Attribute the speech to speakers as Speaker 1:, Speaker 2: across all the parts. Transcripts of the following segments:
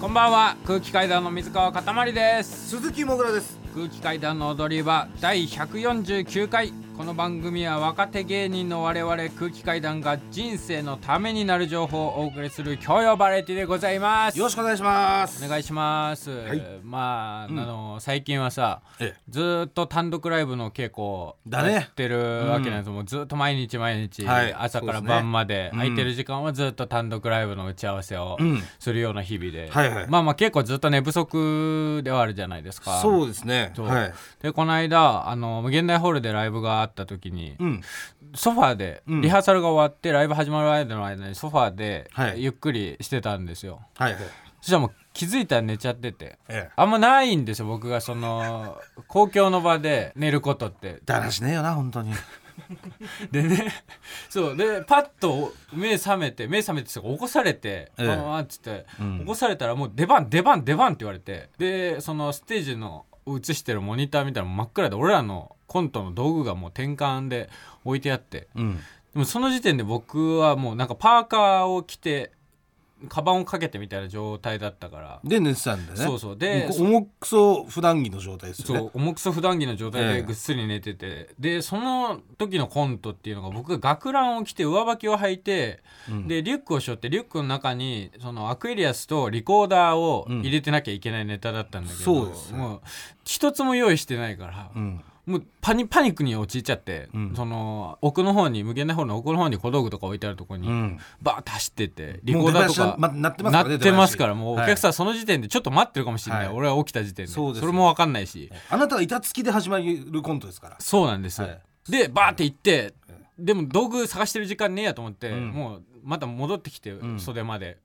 Speaker 1: こんばんは空気階段の水川かたまりです
Speaker 2: 鈴木もぐらです
Speaker 1: 空気階段の踊り場第149回この番組は若手芸人の我々空気階段が人生のためになる情報をお送りする教養バラエティでございます
Speaker 2: よろしくお願いします
Speaker 1: お願いします、
Speaker 2: い
Speaker 1: まあ、あの最近はさ
Speaker 2: え
Speaker 1: ずーっと単独ライブの稽古を
Speaker 2: だね
Speaker 1: やってるわけなんです、もうずーっと毎日毎日、
Speaker 2: はい
Speaker 1: 朝から
Speaker 2: そうですね
Speaker 1: 晩まで空いてる時間はずっと単独ライブの打ち合わせを
Speaker 2: うん
Speaker 1: するような日々で、
Speaker 2: はいはい
Speaker 1: まあまあ結構ずっと寝不足ではあるじゃないですか
Speaker 2: そうですね
Speaker 1: そう
Speaker 2: はい
Speaker 1: でこの間あの現代ホールでライブがあった時に、
Speaker 2: うん
Speaker 1: ソファーで
Speaker 2: うん
Speaker 1: リハーサルが終わってライブ始まる間の間にソファーで
Speaker 2: はい
Speaker 1: ゆっくりしてたんですよ、
Speaker 2: はいはい
Speaker 1: そしたらもう気づいたら寝ちゃってて
Speaker 2: ええ
Speaker 1: あんまないんですよ僕がその公共の場で寝ることって
Speaker 2: だらしねえよな本当に
Speaker 1: でねそうでパッと目覚めて目覚めてすぐ起こされて「
Speaker 2: ええ
Speaker 1: わんわん」っつって、
Speaker 2: うん
Speaker 1: 起こされたらもう「出番出番出番」って言われてでそのステージの映してるモニターみたいなの真っ暗で俺らのコントの道具がもう転換で置いてあって
Speaker 2: うん
Speaker 1: でもその時点で僕はもうなんかパーカーを着てカバンをかけてみたいな状態だったから
Speaker 2: で寝てたんだね
Speaker 1: そうそうで
Speaker 2: こ重くそ普段着の状態ですよ
Speaker 1: そ
Speaker 2: ね
Speaker 1: う重くそ普段着の状態
Speaker 2: ええ
Speaker 1: でぐっすり寝てて、でその時のコントっていうのが僕が学ランを着て上履きを履いて、
Speaker 2: うん
Speaker 1: でリュックを背負ってリュックの中にそのアクエリアスとリコーダーを入れてなきゃいけないネタだったんだけど、
Speaker 2: そうですね
Speaker 1: もう一つも用意してないから、
Speaker 2: うん
Speaker 1: もうパニパニックに陥っちゃって、
Speaker 2: うん
Speaker 1: その奥の方に無限大ホールの奥の方に小道具とか置いてあるところに、
Speaker 2: うん
Speaker 1: バーッと走ってってリコーダーとか
Speaker 2: もう出囃子ななってますからね
Speaker 1: なってますから
Speaker 2: 出囃子
Speaker 1: もうお客さんその時点でちょっと待ってるかもしれない、
Speaker 2: はい
Speaker 1: 俺は起きた時点で
Speaker 2: そうです
Speaker 1: れも分かんないし。
Speaker 2: あなたが板付きで始まるコントですから
Speaker 1: そうなんです、
Speaker 2: はい
Speaker 1: でバーって行って、でも道具探してる時間ねえやと思って、
Speaker 2: ん
Speaker 1: もうまた戻ってきて、
Speaker 2: ん
Speaker 1: 袖まで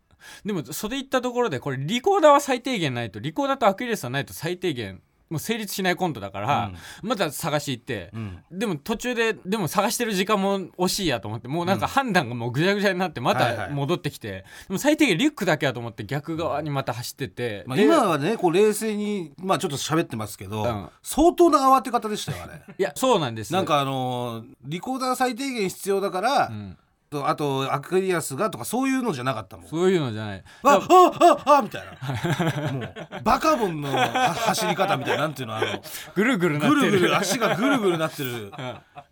Speaker 1: でも袖行ったところでこれリコーダーは最低限ないとリコーダーとアクリルスはないと最低限もう成立しないコントだから、また探し行って、
Speaker 2: ん
Speaker 1: でも途中ででも探してる時間も惜しいやと思ってもうなんか判断がもうぐちゃぐちゃになってま
Speaker 2: はいは
Speaker 1: た
Speaker 2: い
Speaker 1: 戻ってきて、でも最低限リュックだけやと思って逆側にまた走ってて、
Speaker 2: まあ
Speaker 1: で
Speaker 2: 今はねこう冷静にまあちょっと喋ってますけど
Speaker 1: うん
Speaker 2: 相当な慌て方でしたよあれ
Speaker 1: いや そうなんです
Speaker 2: なんかあのーリコーダー最低限必要だから
Speaker 1: ん
Speaker 2: とあとアクエリアスがとかそういうのじゃなかったもん
Speaker 1: そういうのじゃない
Speaker 2: あ、あ、あ、あ、みたい な。もう、バカボンのは走り方みたいな、なんていうの、あの、
Speaker 1: ぐる ぐるなって
Speaker 2: ぐ
Speaker 1: る
Speaker 2: るぐる、足がぐるぐるなっ てる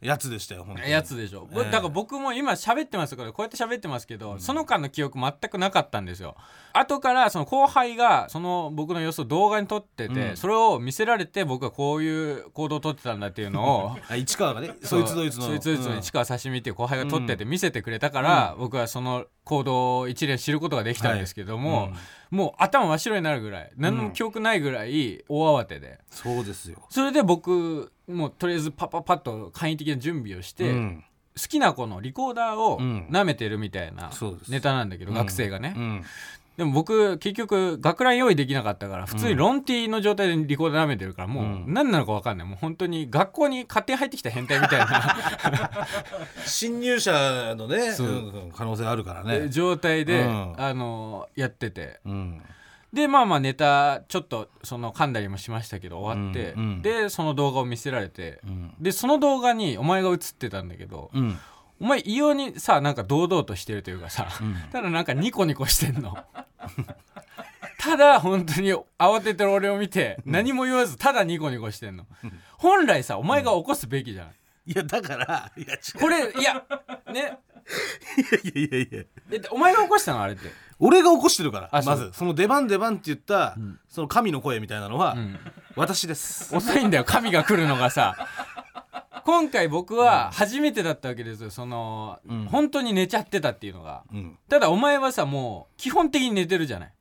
Speaker 2: やつでしたよ、本当に。
Speaker 1: やつでしょ、
Speaker 2: ええ
Speaker 1: だから僕も今喋ってますからこうやって喋ってますけど、その間の記憶全くなかったんですよ後からその後輩がその僕の様子を動画に撮ってて、
Speaker 2: うん
Speaker 1: それを見せられて僕はこういう行動をとってたんだっていうのを
Speaker 2: あ市川がね、 そいつどいつの。
Speaker 1: そいつどいつ
Speaker 2: う
Speaker 1: の
Speaker 2: ん
Speaker 1: 市川刺身っていう後輩が撮ってて見せてくれたから、僕はその行動を一連知ることができたんですけども、
Speaker 2: はい
Speaker 1: もう頭真っ白になるぐらい何も記憶ないぐらい大慌てで。
Speaker 2: そうですよ。
Speaker 1: それで僕もうとりあえずパッパッパッと簡易的な準備をして、
Speaker 2: うん
Speaker 1: 好きな子のリコーダーを
Speaker 2: うん
Speaker 1: 舐めてるみたいな
Speaker 2: そうです
Speaker 1: ネタなんだけど、
Speaker 2: うん
Speaker 1: 学生がね、
Speaker 2: うん
Speaker 1: でも僕結局学ラン用意できなかったから普通にロンティーの状態でリコーダー舐めてるからもう
Speaker 2: うん
Speaker 1: 何なのか分かんないもう本当に学校に勝手に入ってきた変態みたいな
Speaker 2: 侵入者のね、
Speaker 1: そう
Speaker 2: うん可能性あるからね。
Speaker 1: 状態で、
Speaker 2: うん
Speaker 1: あのやってて
Speaker 2: うん
Speaker 1: でまあまあネタちょっとその噛んだりもしましたけど終わって、
Speaker 2: うんうん
Speaker 1: でその動画を見せられて
Speaker 2: う、ん
Speaker 1: でその動画にお前が映ってたんだけど、
Speaker 2: うん
Speaker 1: お前異様にさなんか堂々としてるというかさ、
Speaker 2: ん
Speaker 1: ただなんかニコニコしてんの ただ本当に慌ててる俺を見て何も言わずただニコニコしてんの、本来さお前が起こすべきじゃん、
Speaker 2: いや、だから、いや、違
Speaker 1: これいやね
Speaker 2: ういやいやいやいや。
Speaker 1: えお前が起こしたのあれって、
Speaker 2: 俺が起こしてるから
Speaker 1: あそ
Speaker 2: まずその出番出番って言った、その神の声みたいなのは、
Speaker 1: うん、
Speaker 2: 私です
Speaker 1: 遅いんだよ神が来るのがさ今回僕は初めてだったわけですよその、
Speaker 2: ん
Speaker 1: 本当に寝ちゃってたっていうのが
Speaker 2: うん
Speaker 1: ただお前はさもう基本的に寝てるじゃない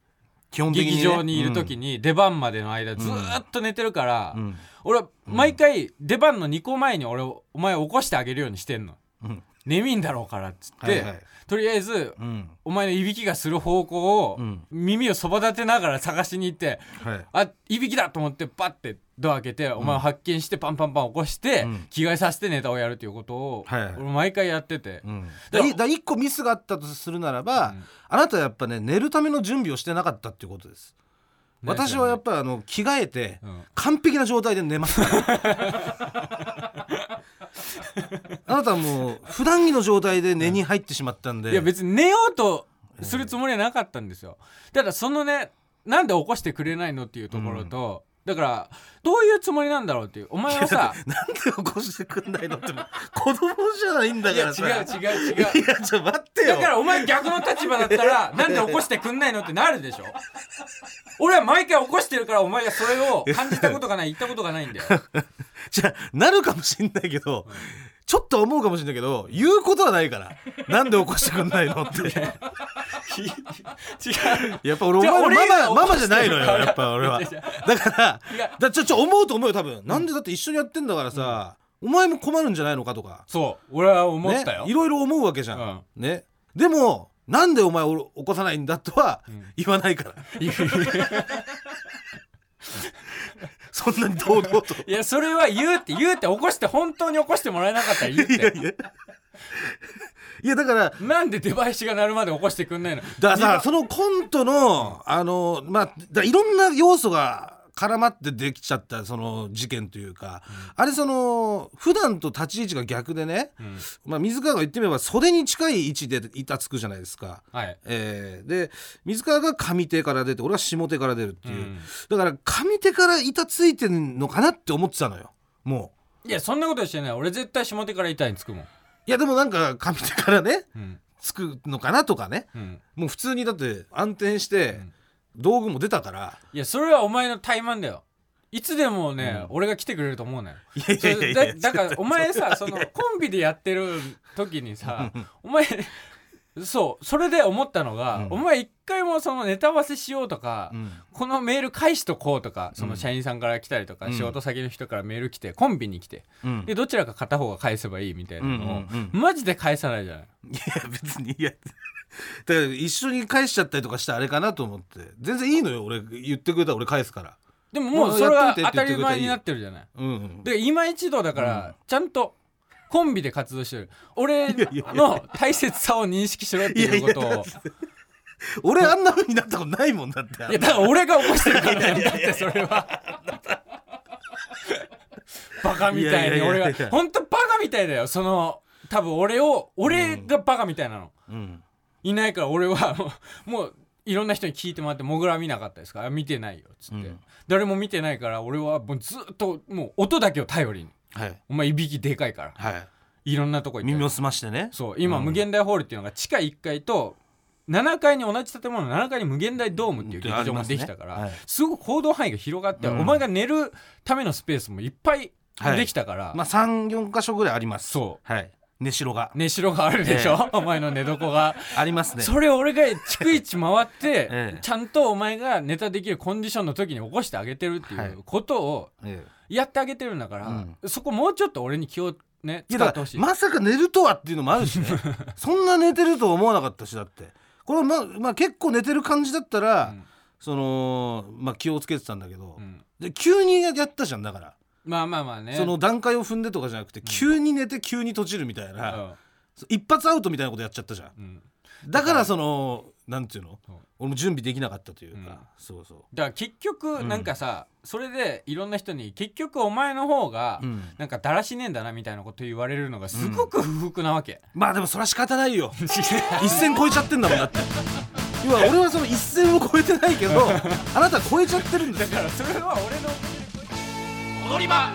Speaker 2: 基本的にね、
Speaker 1: 劇場にいる時に出番までの間ずーっと寝てるから、
Speaker 2: うん
Speaker 1: 俺は毎回出番の2個前に俺をお前を起こしてあげるようにしてんの
Speaker 2: うん
Speaker 1: 眠いんだろうからっつって、
Speaker 2: はいはい
Speaker 1: とりあえず
Speaker 2: うん
Speaker 1: お前のいびきがする方向を
Speaker 2: うん
Speaker 1: 耳をそば立てながら探しに行って、
Speaker 2: はい
Speaker 1: あいびきだと思ってパッてドア開けてお前を発見してパンパンパン起こして、
Speaker 2: うん
Speaker 1: 着替えさせてネタをやるっていうことを
Speaker 2: はいはい
Speaker 1: 俺毎回やってて、
Speaker 2: うん、だいだ一個ミスがあったとするならば、
Speaker 1: うん
Speaker 2: あなたはやっぱね寝るための準備をしてなかったっていうことです私はやっぱりあの着替えて、
Speaker 1: うん
Speaker 2: 完璧な状態で 寝ますからあなたはもう普段着の状態で寝に入ってしまったんで、
Speaker 1: いや別に寝ようとするつもりはなかったんですよ、ただそのねなんで起こしてくれないのっていうところと、だからどういうつもりなんだろうっていうお前はさ
Speaker 2: なんで起こしてくんないのってもう子供じゃ ないんだ
Speaker 1: い
Speaker 2: か
Speaker 1: や
Speaker 2: ら
Speaker 1: 違
Speaker 2: さ
Speaker 1: う違う違う
Speaker 2: いやちょっと待ってよ
Speaker 1: だからお前逆の立場だった らなんで起こしてくんないのってなるでしょ俺は毎回起こしてるからお前はそれを感じたことがない言ったことがないん だよ
Speaker 2: じゃあなるかもしんないけど、ちょっと思うかもしんないけど言うことはないからなんで起こしてくんない のって
Speaker 1: 違う
Speaker 2: やっぱ俺お
Speaker 1: じゃあ
Speaker 2: 前のママ
Speaker 1: 俺が起
Speaker 2: マ
Speaker 1: こ
Speaker 2: マ
Speaker 1: し
Speaker 2: じ
Speaker 1: てる
Speaker 2: ゃないのよ
Speaker 1: から
Speaker 2: やっぱ俺はだ
Speaker 1: いや
Speaker 2: から
Speaker 1: いや
Speaker 2: だちょちょ思うと思うよ多分、なんでだって一緒にやってんだからさ、お前も困るんじゃないのかとか
Speaker 1: そう俺は思ったよ、
Speaker 2: ね、いろいろ思うわけじゃん、ねでもなんでお前を起こさないんだとは
Speaker 1: ん
Speaker 2: 言わないから、
Speaker 1: いや
Speaker 2: そんなに堂々と
Speaker 1: いやそれは言うって言うって起こして本当に起こしてもらえなかったら言うって
Speaker 2: いやい やいやだから
Speaker 1: なんでデバイスが鳴るまで起こしてくんないの
Speaker 2: だからさそのコントのあのまあだいろんな要素が絡まってできちゃったその事件というか、あれその普段と立ち位置が逆でね、
Speaker 1: うん
Speaker 2: まあ、水川が言ってみれば袖に近い位置で板つくじゃないですか。
Speaker 1: はい
Speaker 2: えーで水川が上手から出て俺は下手から出るっていう、
Speaker 1: うん
Speaker 2: だから上手から板ついてんのかなって思ってたのよも
Speaker 1: いやそんなことしてない俺絶対下手から痛いにつくもん
Speaker 2: ういやでもなんか上手からね
Speaker 1: うん
Speaker 2: つくのかなとかね
Speaker 1: うん
Speaker 2: もう普通にだって暗転して道具も出たから、
Speaker 1: いやそれはお前の怠慢だよいつでもね、俺が来てくれると思うなよ
Speaker 2: いやいやいやいや
Speaker 1: それだだからお前さそのコンビでやってる時にさお前そうそれで思ったのが、
Speaker 2: うん
Speaker 1: お前一回もそのネタ合わせしようとか、
Speaker 2: うん
Speaker 1: このメール返しとこうとかその社員さんから来たりとか、
Speaker 2: うん
Speaker 1: 仕事先の人からメール来てコンビに来て
Speaker 2: うん
Speaker 1: でどちらか片方が返せばいいみたいなのを、
Speaker 2: うんうん
Speaker 1: マジで返さないじゃない
Speaker 2: いや別にいやだから一緒に返しちゃったりとかしてあれかなと思って全然いいのよ俺言ってくれたら俺返すから
Speaker 1: でもも
Speaker 2: も
Speaker 1: う
Speaker 2: う
Speaker 1: それ
Speaker 2: や
Speaker 1: は
Speaker 2: っといて
Speaker 1: 当た
Speaker 2: って言って
Speaker 1: り
Speaker 2: くれたら
Speaker 1: 前
Speaker 2: いい
Speaker 1: になってるじゃない
Speaker 2: うんうん
Speaker 1: で今一度だから、ちゃんとコンビで活動してる俺の大切さを認識しろっていうことをいや
Speaker 2: 俺あんな風になったことないもんだってあんな
Speaker 1: だから俺が起こしてるからだよだってそれはバカみたい
Speaker 2: い
Speaker 1: に
Speaker 2: やいやいやいや
Speaker 1: 俺が本当バカみたいだよその多分俺を俺がバカみたいなの、
Speaker 2: うん
Speaker 1: いないから俺は もうもういろんな人に聞いてもらって「もぐら見なかったですかあ見てないよ」っつって、
Speaker 2: うん
Speaker 1: 誰も見てないから俺はもうずっともう音だけを頼りに
Speaker 2: はい
Speaker 1: お前いびきでかいから
Speaker 2: はい
Speaker 1: いろんなとこ行って
Speaker 2: 耳を澄ましてね
Speaker 1: そう今、無限大ホールっていうのが地下1階と7階に同じ建物の7階に無限大ドームっていう劇場もできたから、
Speaker 2: ありますねはい
Speaker 1: すごく行動範囲が広がって、
Speaker 2: うん
Speaker 1: お前が寝るためのスペースもいっぱい
Speaker 2: はい
Speaker 1: できたから、
Speaker 2: まあ34箇所ぐらいあります
Speaker 1: そう
Speaker 2: はい寝代が
Speaker 1: 寝城があるでしょ、お前の寝床が、
Speaker 2: ありますね
Speaker 1: それを俺が逐一回 って、
Speaker 2: ええ
Speaker 1: ちゃんとお前がネタできるコンディションの時に起こしてあげてるって
Speaker 2: はいいう
Speaker 1: ことを
Speaker 2: ええ
Speaker 1: やってあげてるんだから、
Speaker 2: うん
Speaker 1: そこもうちょっと俺に気をね
Speaker 2: い
Speaker 1: 使
Speaker 2: やだ
Speaker 1: っ
Speaker 2: か
Speaker 1: て
Speaker 2: ら
Speaker 1: ほしい、
Speaker 2: まさか寝るとはっていうのもある しねそんな寝てるとは思わなかったしだってこれままあ結構寝てる感じだったら、
Speaker 1: うん
Speaker 2: そのまあ気をつけてたんだけど、
Speaker 1: うん
Speaker 2: で急にやったじゃんだから、
Speaker 1: まあまあまあね
Speaker 2: その段階を踏んでとかじゃなくて、急に寝て急に閉じるみたいうな、
Speaker 1: ん
Speaker 2: 一発アウトみたいなことやっちゃったじゃん
Speaker 1: うん
Speaker 2: だからそのなんていうの
Speaker 1: そう
Speaker 2: 俺も準備できなかったというか、
Speaker 1: うん
Speaker 2: そうそ
Speaker 1: だから結局
Speaker 2: ん
Speaker 1: なんかさ、それでいろんな人に結局お前の方が
Speaker 2: う、うん、
Speaker 1: なんかだらしねえんだなみたいなこと言われるのがすごく不服なわけ、
Speaker 2: まあでもそれは仕方ない よ一線超えちゃってんだもんだって要は俺はその一線を超えてないけ どあなた超えちゃってるんです
Speaker 1: だか
Speaker 2: よ
Speaker 1: らそれは俺の踊り場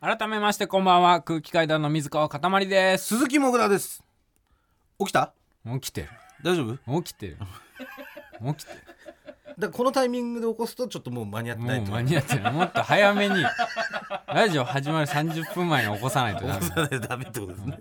Speaker 1: 改めましてこんばんは空気階段の水川かたまりです
Speaker 2: 鈴木もぐらです起きた
Speaker 1: 起きてる
Speaker 2: 大丈夫だか
Speaker 1: 起きてる起きてる
Speaker 2: らこのタイミングで起こすとちょっともう間に合ってな
Speaker 1: も
Speaker 2: いうと
Speaker 1: 間に合ってるもっと早めにラジオ始まる30分前に起こさないとダメ
Speaker 2: ダメってことですね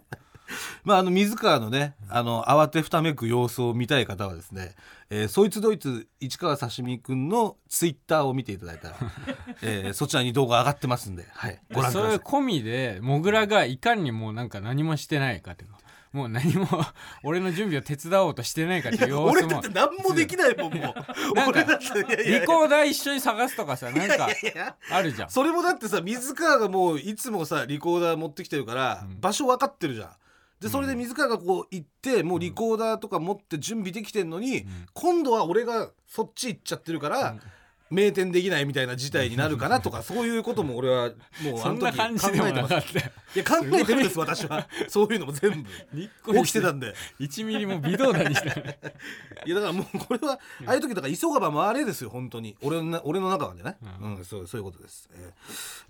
Speaker 2: まああの水川のねあの慌てふためく様子を見たい方はですね、えーそいつどいつ市川刺身くんのツイッターを見ていただいたら、 えーそちらに動画上がってますんで、はい、ご覧く
Speaker 1: そ
Speaker 2: だ
Speaker 1: れ
Speaker 2: さい
Speaker 1: 込みでモグラがいかにもうなんか何もしてないかっていうかもう何も 俺の準備を手伝おうとしてないかっていう様子も
Speaker 2: 何もできないもんもう
Speaker 1: なんか
Speaker 2: っていや
Speaker 1: リコーダー一緒に探すとかさなんかあるじゃん
Speaker 2: それもだってさ水川がもういつもさリコーダー持ってきてるから、
Speaker 1: うん
Speaker 2: 場所分かってるじゃんでそれで水川がこう行ってもうリコーダーとか持って準備できてんのに、
Speaker 1: ん
Speaker 2: 今度は俺がそっち行っちゃってるから、名店できないみたいな事態になるかな とかそういうことも俺はもうあ
Speaker 1: そ
Speaker 2: の
Speaker 1: んな
Speaker 2: 時
Speaker 1: 感
Speaker 2: 考
Speaker 1: じ
Speaker 2: え
Speaker 1: で
Speaker 2: て
Speaker 1: もな
Speaker 2: ます
Speaker 1: かったよ
Speaker 2: いや考えてるんです私はそういうのも全部
Speaker 1: にっ こり
Speaker 2: 起きてたんで
Speaker 1: 1ミリも微動だにして ない
Speaker 2: いやだからもうこれはああいう時だから急がば回れですよ本当に俺のな俺の中はね、うんそうそういうことです、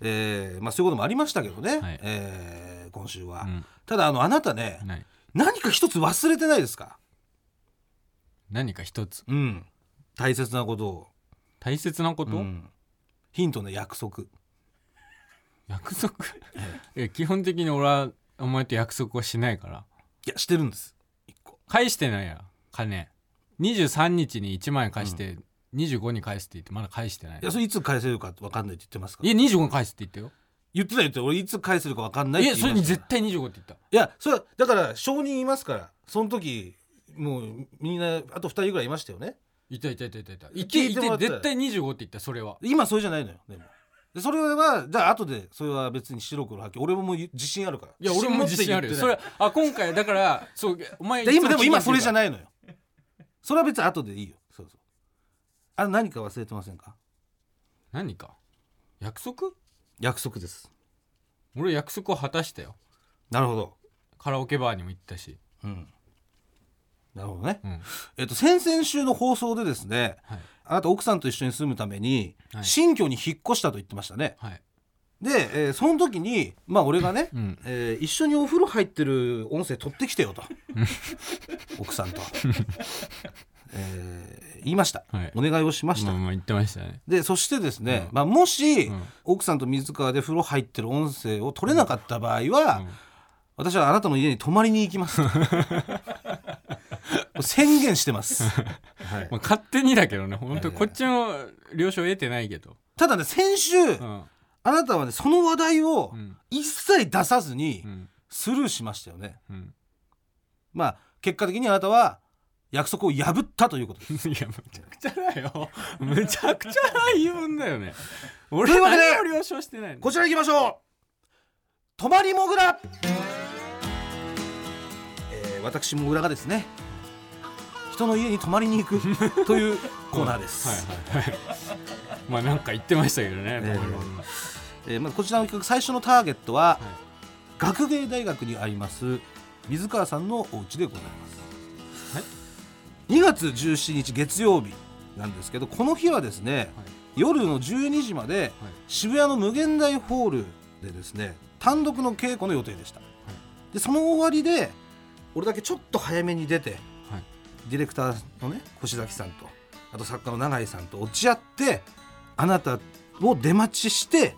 Speaker 2: えーえーまあ、そういうこともありましたけどね、
Speaker 1: はい
Speaker 2: えー今週は、
Speaker 1: うん
Speaker 2: ただあのあなたね
Speaker 1: ない
Speaker 2: 何か一つ忘れてないですか、
Speaker 1: 何か一つ
Speaker 2: うん、大切なことを、
Speaker 1: 大切なこと、
Speaker 2: うんヒントの約束
Speaker 1: 約束 いや基本的に俺はお前と約束はしないから
Speaker 2: いやしてるんです一個
Speaker 1: 返してないや金23日に1万円返して、25に返すって言ってまだ返してない
Speaker 2: いやそれいつ返せるか分かんないって言ってますから
Speaker 1: いや25に返すって言った
Speaker 2: 言ってた言ってた俺いつ返せるか分かんない
Speaker 1: よ
Speaker 2: っ
Speaker 1: い
Speaker 2: て
Speaker 1: や
Speaker 2: 言い
Speaker 1: そ
Speaker 2: ま
Speaker 1: れ
Speaker 2: した
Speaker 1: に絶対25って言った
Speaker 2: いやそれはだから証人いますからその時もうみんなあと2人ぐらいいましたよね
Speaker 1: いたいたいたいたいたいて
Speaker 2: 聞い
Speaker 1: い
Speaker 2: てもら
Speaker 1: て
Speaker 2: った
Speaker 1: 絶対25って言ったそれは
Speaker 2: 今それじゃないのよでもでそれはじゃあ後でそれは別に白黒はっきり俺ももう自信あるから
Speaker 1: いや俺も自信あるよそれあ今回だからそうお前
Speaker 2: で今でも今それじゃ
Speaker 1: い
Speaker 2: ないのよそれは別に後でいいよそうそうあ何か忘れてませんか
Speaker 1: つも何か約束
Speaker 2: 約束です
Speaker 1: 俺約束を果たしたよ
Speaker 2: なるほど
Speaker 1: カラオケバーにも行ったし
Speaker 2: うんなるほどね、
Speaker 1: うん
Speaker 2: えっと先々週の放送でですね
Speaker 1: はい
Speaker 2: あなた奥さんと一緒に住むために
Speaker 1: はい
Speaker 2: 新居に引っ越したと言ってましたね、
Speaker 1: はい
Speaker 2: で、えーその時にまあ俺がね、
Speaker 1: うん
Speaker 2: えー一緒にお風呂入ってる音声取ってきてよと 奥さんと、えー言いました、
Speaker 1: はい
Speaker 2: お願いをしました、
Speaker 1: まあまあ言ってましたね
Speaker 2: でそしてですね、
Speaker 1: うん
Speaker 2: まあ、もし、
Speaker 1: うん
Speaker 2: 奥さんと水川で風呂入ってる音声を取れなかった場合は、
Speaker 1: うん
Speaker 2: 私はあなたの家に泊まりに行 きますと宣言してます、はい
Speaker 1: まあ、勝手にだけどね本当
Speaker 2: いやいや
Speaker 1: こっちの了承得てないけど、
Speaker 2: ただね先週、
Speaker 1: うん
Speaker 2: あなたはねその話題を
Speaker 1: うん
Speaker 2: 一切出さずに
Speaker 1: うん
Speaker 2: スルーしましたよね、
Speaker 1: うん、
Speaker 2: まあ結果的にあなたは約束を破ったということです。
Speaker 1: いやむちゃくちゃだよむちゃくちゃな言い分だよ ね俺
Speaker 2: というわけで
Speaker 1: 何を了承してないの
Speaker 2: こちら行きましょう。泊まりもぐら。えー、私もぐらがですね。人の家に泊まりに行くというコーナー です。
Speaker 1: はいはいはいまあなんか言ってましたけどね、
Speaker 2: ね
Speaker 1: 僕の
Speaker 2: えーまずこちらの企画最初のターゲットは、
Speaker 1: い
Speaker 2: 学芸大学にあります水川さんのお家でございます、
Speaker 1: はい
Speaker 2: 2月17日月曜日なんですけどこの日はですね、夜の12時まで、渋谷の無限大ホールでですね単独の稽古の予定でした、でその終わりで俺だけちょっと早めに出て、
Speaker 1: はい
Speaker 2: ディレクターのね越崎さんとあと作家の永井さんと落ち合ってあなたを出待ちして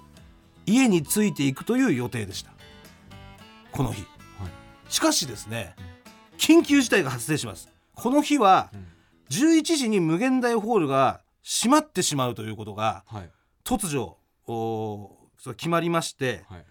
Speaker 2: 家についていくという予定でしたこの日、しかしですね緊急事態が発生しますこの日は
Speaker 1: うん
Speaker 2: 11時に無限大ホールが閉まってしまうということが
Speaker 1: はい
Speaker 2: 突如おーそれ決まりまして
Speaker 1: はい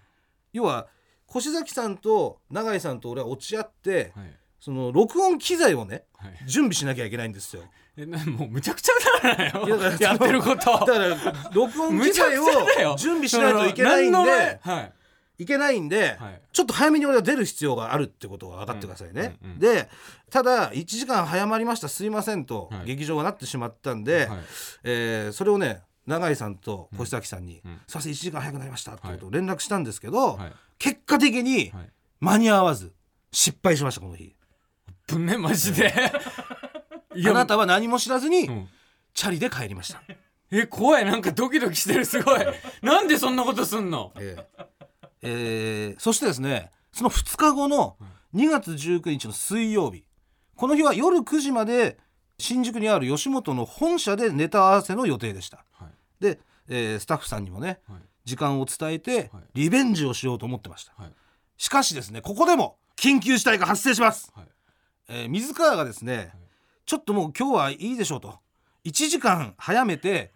Speaker 2: 要は越崎さんと永井さんと俺は落ち合って、
Speaker 1: はい
Speaker 2: その録音機材をね
Speaker 1: はい
Speaker 2: 準備しなきゃいけないんですよ
Speaker 1: えなもうむちゃくちゃだよ
Speaker 2: いやだから
Speaker 1: やってるこ
Speaker 2: だ
Speaker 1: と
Speaker 2: から録音機
Speaker 1: むちゃく
Speaker 2: 材
Speaker 1: ち
Speaker 2: を
Speaker 1: ゃだよ
Speaker 2: 準備しないといけないん
Speaker 1: その何の
Speaker 2: で
Speaker 1: 前はい
Speaker 2: いけないんで、
Speaker 1: はい
Speaker 2: ちょっと早めに俺は出る必要があるってことは分かってくださいね、
Speaker 1: うんうんうん
Speaker 2: でただ1時間早まりましたすいませんと
Speaker 1: はい
Speaker 2: 劇場がなってしまったんで、
Speaker 1: はい
Speaker 2: えーそれをね永井さんと越崎さんに「
Speaker 1: うんうん
Speaker 2: すいません1時間早くなりました」ってことを連絡したんですけど、
Speaker 1: はい
Speaker 2: 結果的に
Speaker 1: はい
Speaker 2: 間に合わず失敗しましたこの日
Speaker 1: ぶんねマジでい
Speaker 2: あなたは何も知らずに
Speaker 1: うん
Speaker 2: チャリで帰りました、
Speaker 1: え怖いなんかドキドキしてるすごいなんでそんなことすんの
Speaker 2: えええーそしてですねその2日後の2月19日の水曜日この日は夜9時まで新宿にある吉本の本社でネタ合わせの予定でした
Speaker 1: はい
Speaker 2: で、えースタッフさんにもね
Speaker 1: はい
Speaker 2: 時間を伝えて
Speaker 1: はい
Speaker 2: リベンジをしようと思ってました
Speaker 1: はい
Speaker 2: しかしですねここでも緊急事態が発生します
Speaker 1: はい
Speaker 2: えー水川がですね、ちょっともう今日はいいでしょうと1時間早めて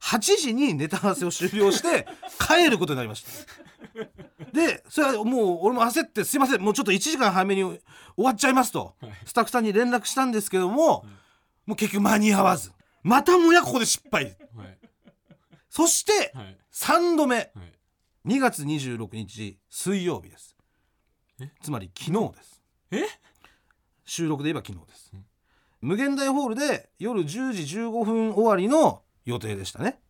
Speaker 2: 8時にネタ合わせを終了して帰ることになりましたでそれはもう俺も焦ってすいませんもうちょっと1時間早めに終わっちゃいますと
Speaker 1: い
Speaker 2: スタッフさんに連絡したんですけども、もう結局間に合わずまたもやここで失敗
Speaker 1: はい
Speaker 2: そして
Speaker 1: はい
Speaker 2: 3度目
Speaker 1: はい
Speaker 2: 2月26日水曜日です
Speaker 1: え
Speaker 2: つまり昨日です
Speaker 1: え
Speaker 2: 収録で言えば昨日です、
Speaker 1: ん
Speaker 2: 無限大ホールで夜10時15分終わりの予定でしたね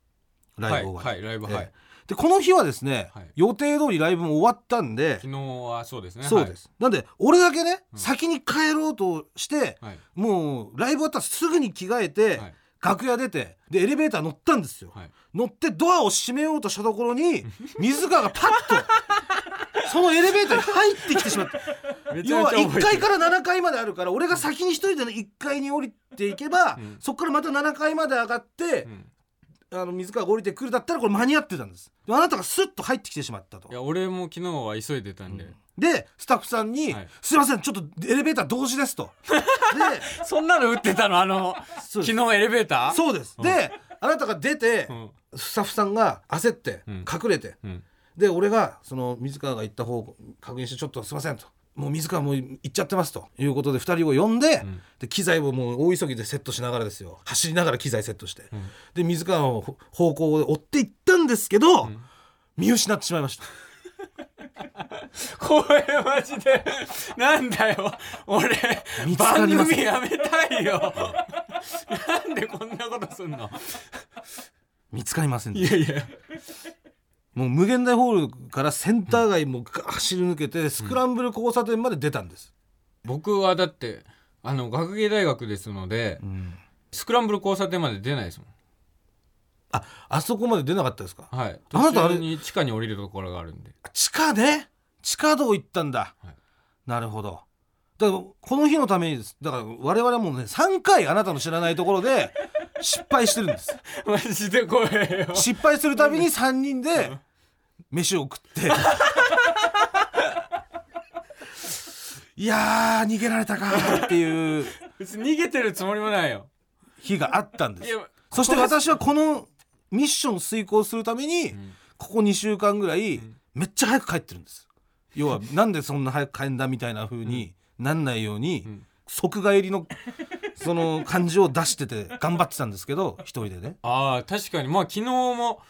Speaker 2: ライブ終わ
Speaker 1: はい、
Speaker 2: り、
Speaker 1: はい、ライブ、はい
Speaker 2: ええでこの日はですね、
Speaker 1: はい
Speaker 2: 予定通りライブも終わったんで
Speaker 1: 昨日はそうですね、
Speaker 2: そうですす、なんで俺だけね、
Speaker 1: うん
Speaker 2: 先に帰ろうとして、
Speaker 1: はい
Speaker 2: もうライブ終わったらすぐに着替えて、
Speaker 1: はい
Speaker 2: 楽屋出てでエレベーター乗ったんですよ、
Speaker 1: はい
Speaker 2: 乗ってドアを閉めようとしたところに 水川がパッとそのエレベーターに入ってきてしまっ た
Speaker 1: はい、めち
Speaker 2: 要
Speaker 1: ゃめち
Speaker 2: は
Speaker 1: ゃ覚えて
Speaker 2: 1
Speaker 1: る
Speaker 2: 階から7階まであるから俺が先に一人で1階に降りていけば、
Speaker 1: うん
Speaker 2: そこからまた7階まで上がって
Speaker 1: う、ん
Speaker 2: あの水川が降りてくるだったらこれ間に合ってたんですであなたがスッと入ってきてしまったと
Speaker 1: いや俺も昨日は急いでたんで、
Speaker 2: でスタッフさんに「
Speaker 1: はい
Speaker 2: すいませんちょっとエレベーター同時で す」と。で
Speaker 1: そんなの打ってたのあの
Speaker 2: そう
Speaker 1: 昨
Speaker 2: です
Speaker 1: 日エレベーター
Speaker 2: そうですであなたが出て、
Speaker 1: うん
Speaker 2: スタッフさんが焦って
Speaker 1: うん
Speaker 2: 隠れて、
Speaker 1: うん
Speaker 2: で俺がその水川が行った方を確認して「ちょっとすいません」と。もう水川もう行っちゃってますということで2人を呼んで,、
Speaker 1: ん
Speaker 2: で機材をもう大急ぎでセットしながらですよ走りながら機材セットして、
Speaker 1: ん
Speaker 2: で水川をほ方向で追っていったんですけど、
Speaker 1: ん
Speaker 2: 見失ってしまいました
Speaker 1: これマジでなんだよ俺
Speaker 2: 見つか
Speaker 1: 番
Speaker 2: ります
Speaker 1: 組やめたいよなんでこんなことすんの
Speaker 2: 見つかりませんで
Speaker 1: い
Speaker 2: し
Speaker 1: やいや
Speaker 2: たもう無限大ホールからセンター街もうガーッ走り抜けてスクランブル交差点まで出たんです、
Speaker 1: 僕はだってあの学芸大学ですので
Speaker 2: うん
Speaker 1: スクランブル交差点まで出ないですも
Speaker 2: ああそこまで出なかったですか
Speaker 1: んはい
Speaker 2: あな
Speaker 1: 途
Speaker 2: たあれ
Speaker 1: 中に地下に降りるところがあるんで
Speaker 2: 地下ね地下道行ったんだ、
Speaker 1: はい
Speaker 2: なるほどだからこの日のためにですだから我々はもうね3回あなたの知らないところで失敗してるんです
Speaker 1: マジで怖えよ
Speaker 2: 失敗するたびに3人で飯を食っていやー逃げられたかーっていう
Speaker 1: 別に逃げてるつもりもないよ
Speaker 2: 日があったんで
Speaker 1: い
Speaker 2: す
Speaker 1: や
Speaker 2: そして私はこのミッションを遂行するために、
Speaker 1: ん
Speaker 2: ここ2週間ぐらい、
Speaker 1: ん
Speaker 2: めっちゃ早く帰ってるんです 要はなんでそんな早く帰んだみたいな風になんないように、
Speaker 1: ん
Speaker 2: 即帰りのその感じを出してて頑張ってたんですけど一人でね
Speaker 1: ああ確かにまあ昨日も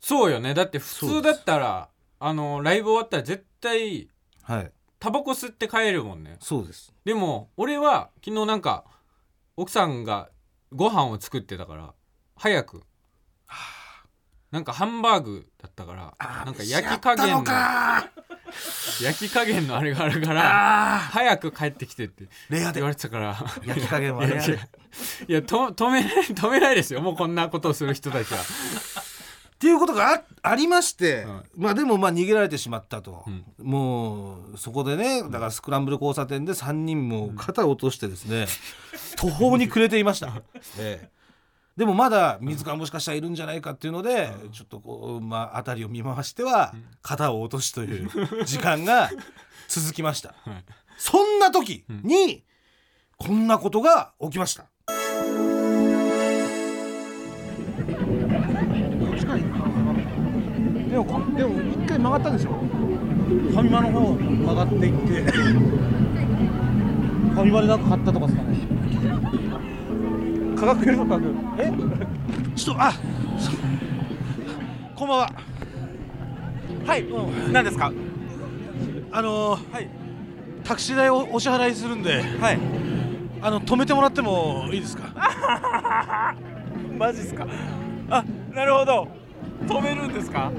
Speaker 1: そうよねだって普通だったらあのライブ終わったら絶対
Speaker 2: はい
Speaker 1: タバコ吸って帰るもんね
Speaker 2: そうです
Speaker 1: でも俺は昨日なんか奥さんがご飯を作ってたから早くなんかハンバーグだったからなんか焼き加減
Speaker 2: やった
Speaker 1: の
Speaker 2: のかー
Speaker 1: 焼き加減のあれがあるから
Speaker 2: あ
Speaker 1: 早く帰ってきてって
Speaker 2: ーレアで
Speaker 1: 言われてたから
Speaker 2: 焼き加減
Speaker 1: い
Speaker 2: は
Speaker 1: やい
Speaker 2: レ
Speaker 1: や
Speaker 2: ア
Speaker 1: い
Speaker 2: で
Speaker 1: やと止めない止めないですよもうこんなことをする人たちは
Speaker 2: っていうことがあありまして、
Speaker 1: は
Speaker 2: まあでもまあ逃げられてしまったと、
Speaker 1: うん
Speaker 2: もうそこでねだからスクランブル交差点で3人も肩を落としてですね、 途方に暮れていました、 ええでもまだ水がもしかしたらいるんじゃないかっていうので、ちょっとこう、まあ、辺りを見回しては肩を落としという時間が続きました、
Speaker 1: はい
Speaker 2: そんな時に、こんなことが起きました
Speaker 3: 近いでもこでも一回曲がったんでしょファミマの方曲がっていって ファミマでなんか買ったとかですかね科学よりも科学え
Speaker 2: ちょっとあそこんばんは
Speaker 3: はい、うん、何ですか
Speaker 2: あのー
Speaker 3: はい
Speaker 2: タクシー代をお支払いするんで
Speaker 3: はい
Speaker 2: あの止めてもらってもいいですか
Speaker 3: マジっすかあなるほど止めるんですか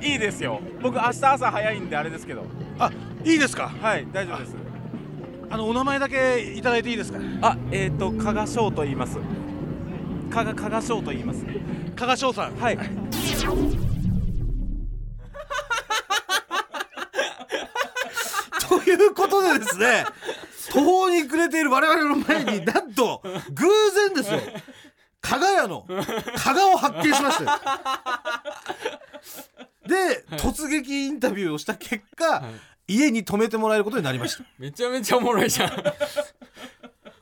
Speaker 3: いいですよ僕明日朝早いんであれですけど
Speaker 2: あいいですか
Speaker 3: はい大丈夫です
Speaker 2: あのお名前だけいただいていいですか
Speaker 3: あえっ、ー、と加賀翔と言います加賀加賀翔と言います
Speaker 2: 加賀翔さん
Speaker 3: はい
Speaker 2: ということでですね 途方に暮れている我々の前になんと偶然ですよ加賀屋の加賀を発見しましたよで突撃インタビューをした結果
Speaker 1: はい
Speaker 2: 家に泊めてもらえることになりました
Speaker 1: めちゃめちゃおもろいじゃん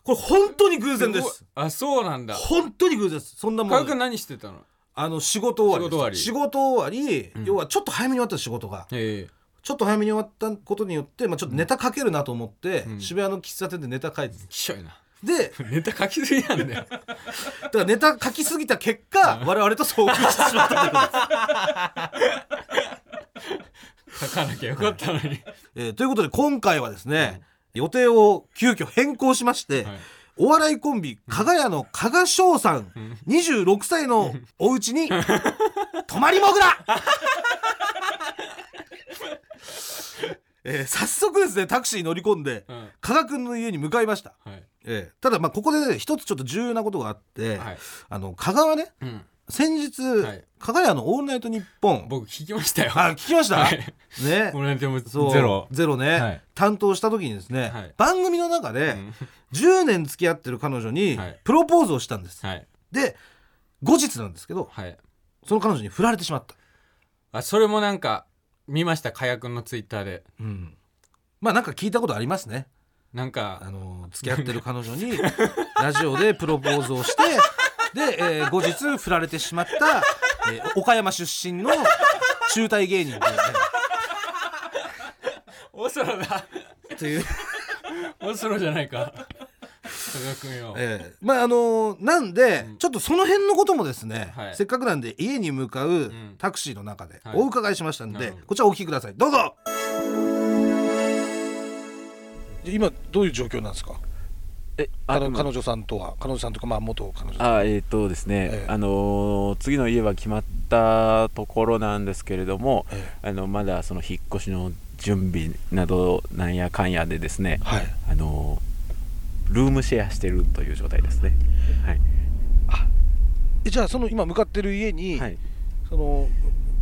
Speaker 2: これ本当に偶然です
Speaker 1: ごいあそうなんだ
Speaker 2: 本当に偶然ですそんなもん
Speaker 1: 科学何してたの
Speaker 2: あの仕事終わりです
Speaker 1: 仕
Speaker 2: 仕事終わり、
Speaker 1: うん
Speaker 2: 要はちょっと早めに終わった仕事が
Speaker 1: え
Speaker 2: ちょっと早めに終わったことによって、まあ、ちょっとネタ書けるなと思って、
Speaker 1: うん
Speaker 2: 渋谷の喫茶店でネタ書いて
Speaker 1: えきしょいな
Speaker 2: で
Speaker 1: ネタ書きすぎなんだよ
Speaker 2: だからネタ書きすぎた結果、我々と遭遇してしまったということです、
Speaker 1: 書かなきゃよかったのに、
Speaker 2: えーということで今回はですね、予定を急遽変更しまして、
Speaker 1: はい
Speaker 2: お笑いコンビ加賀屋の加賀翔さん26歳のお家に泊まりもぐらえー早速ですねタクシーに乗り込んで
Speaker 1: うんは
Speaker 2: 加賀君の家に向かいました、
Speaker 1: い
Speaker 2: えーただまあここでね一つちょっと重要なことがあって、
Speaker 1: はい
Speaker 2: あの加賀はね
Speaker 1: うん
Speaker 2: 先日、
Speaker 1: はい
Speaker 2: 加賀屋の「オールナイトニッポン」
Speaker 1: 僕聞きましたよ
Speaker 2: あ聞きました、
Speaker 1: はい
Speaker 2: ね
Speaker 1: 俺でもゼ
Speaker 2: そう
Speaker 1: ロ
Speaker 2: ゼロね、
Speaker 1: はい
Speaker 2: 担当した時にですね、
Speaker 1: はい
Speaker 2: 番組の中で、
Speaker 1: ん
Speaker 2: 10年付き合ってる彼女に
Speaker 1: はい
Speaker 2: プロポーズをしたんです、
Speaker 1: はい
Speaker 2: で後日なんですけど
Speaker 1: はい
Speaker 2: その彼女に振られてしまった、
Speaker 1: あそれもなんか見ましたかやくんのツイッターで
Speaker 2: うんまあなんか聞いたことありますね
Speaker 1: なんか
Speaker 2: あの付き合ってる彼女にラジオでプロポーズをしてで、えー後日振られてしまった、えー岡山出身の中退芸人という,、
Speaker 1: オスロ だ
Speaker 2: という
Speaker 1: オスロじゃないか加賀くんよ
Speaker 2: ええまああのなんで、ちょっとその辺のこともですね、
Speaker 1: はい
Speaker 2: せっかくなんで家に向かうんタクシーの中で
Speaker 1: はい
Speaker 2: お伺いしましたんで、
Speaker 1: なるほど
Speaker 2: こちらお聞きくださいどうぞ今どういう状況なんですか
Speaker 4: え
Speaker 2: あ
Speaker 4: で
Speaker 2: の
Speaker 4: も
Speaker 2: 彼女さんとは彼女さんとかまあ元彼女
Speaker 4: あえっ、とですね、
Speaker 2: ええ
Speaker 4: あのー次の家は決まったところなんですけれども、
Speaker 2: え
Speaker 4: あのまだその引っ越しの準備などなんやかんやでですね、
Speaker 2: はい
Speaker 4: あのールームシェアしてるという状態ですね。はい
Speaker 2: えじゃあその今向かってる家に、
Speaker 4: はい、
Speaker 2: その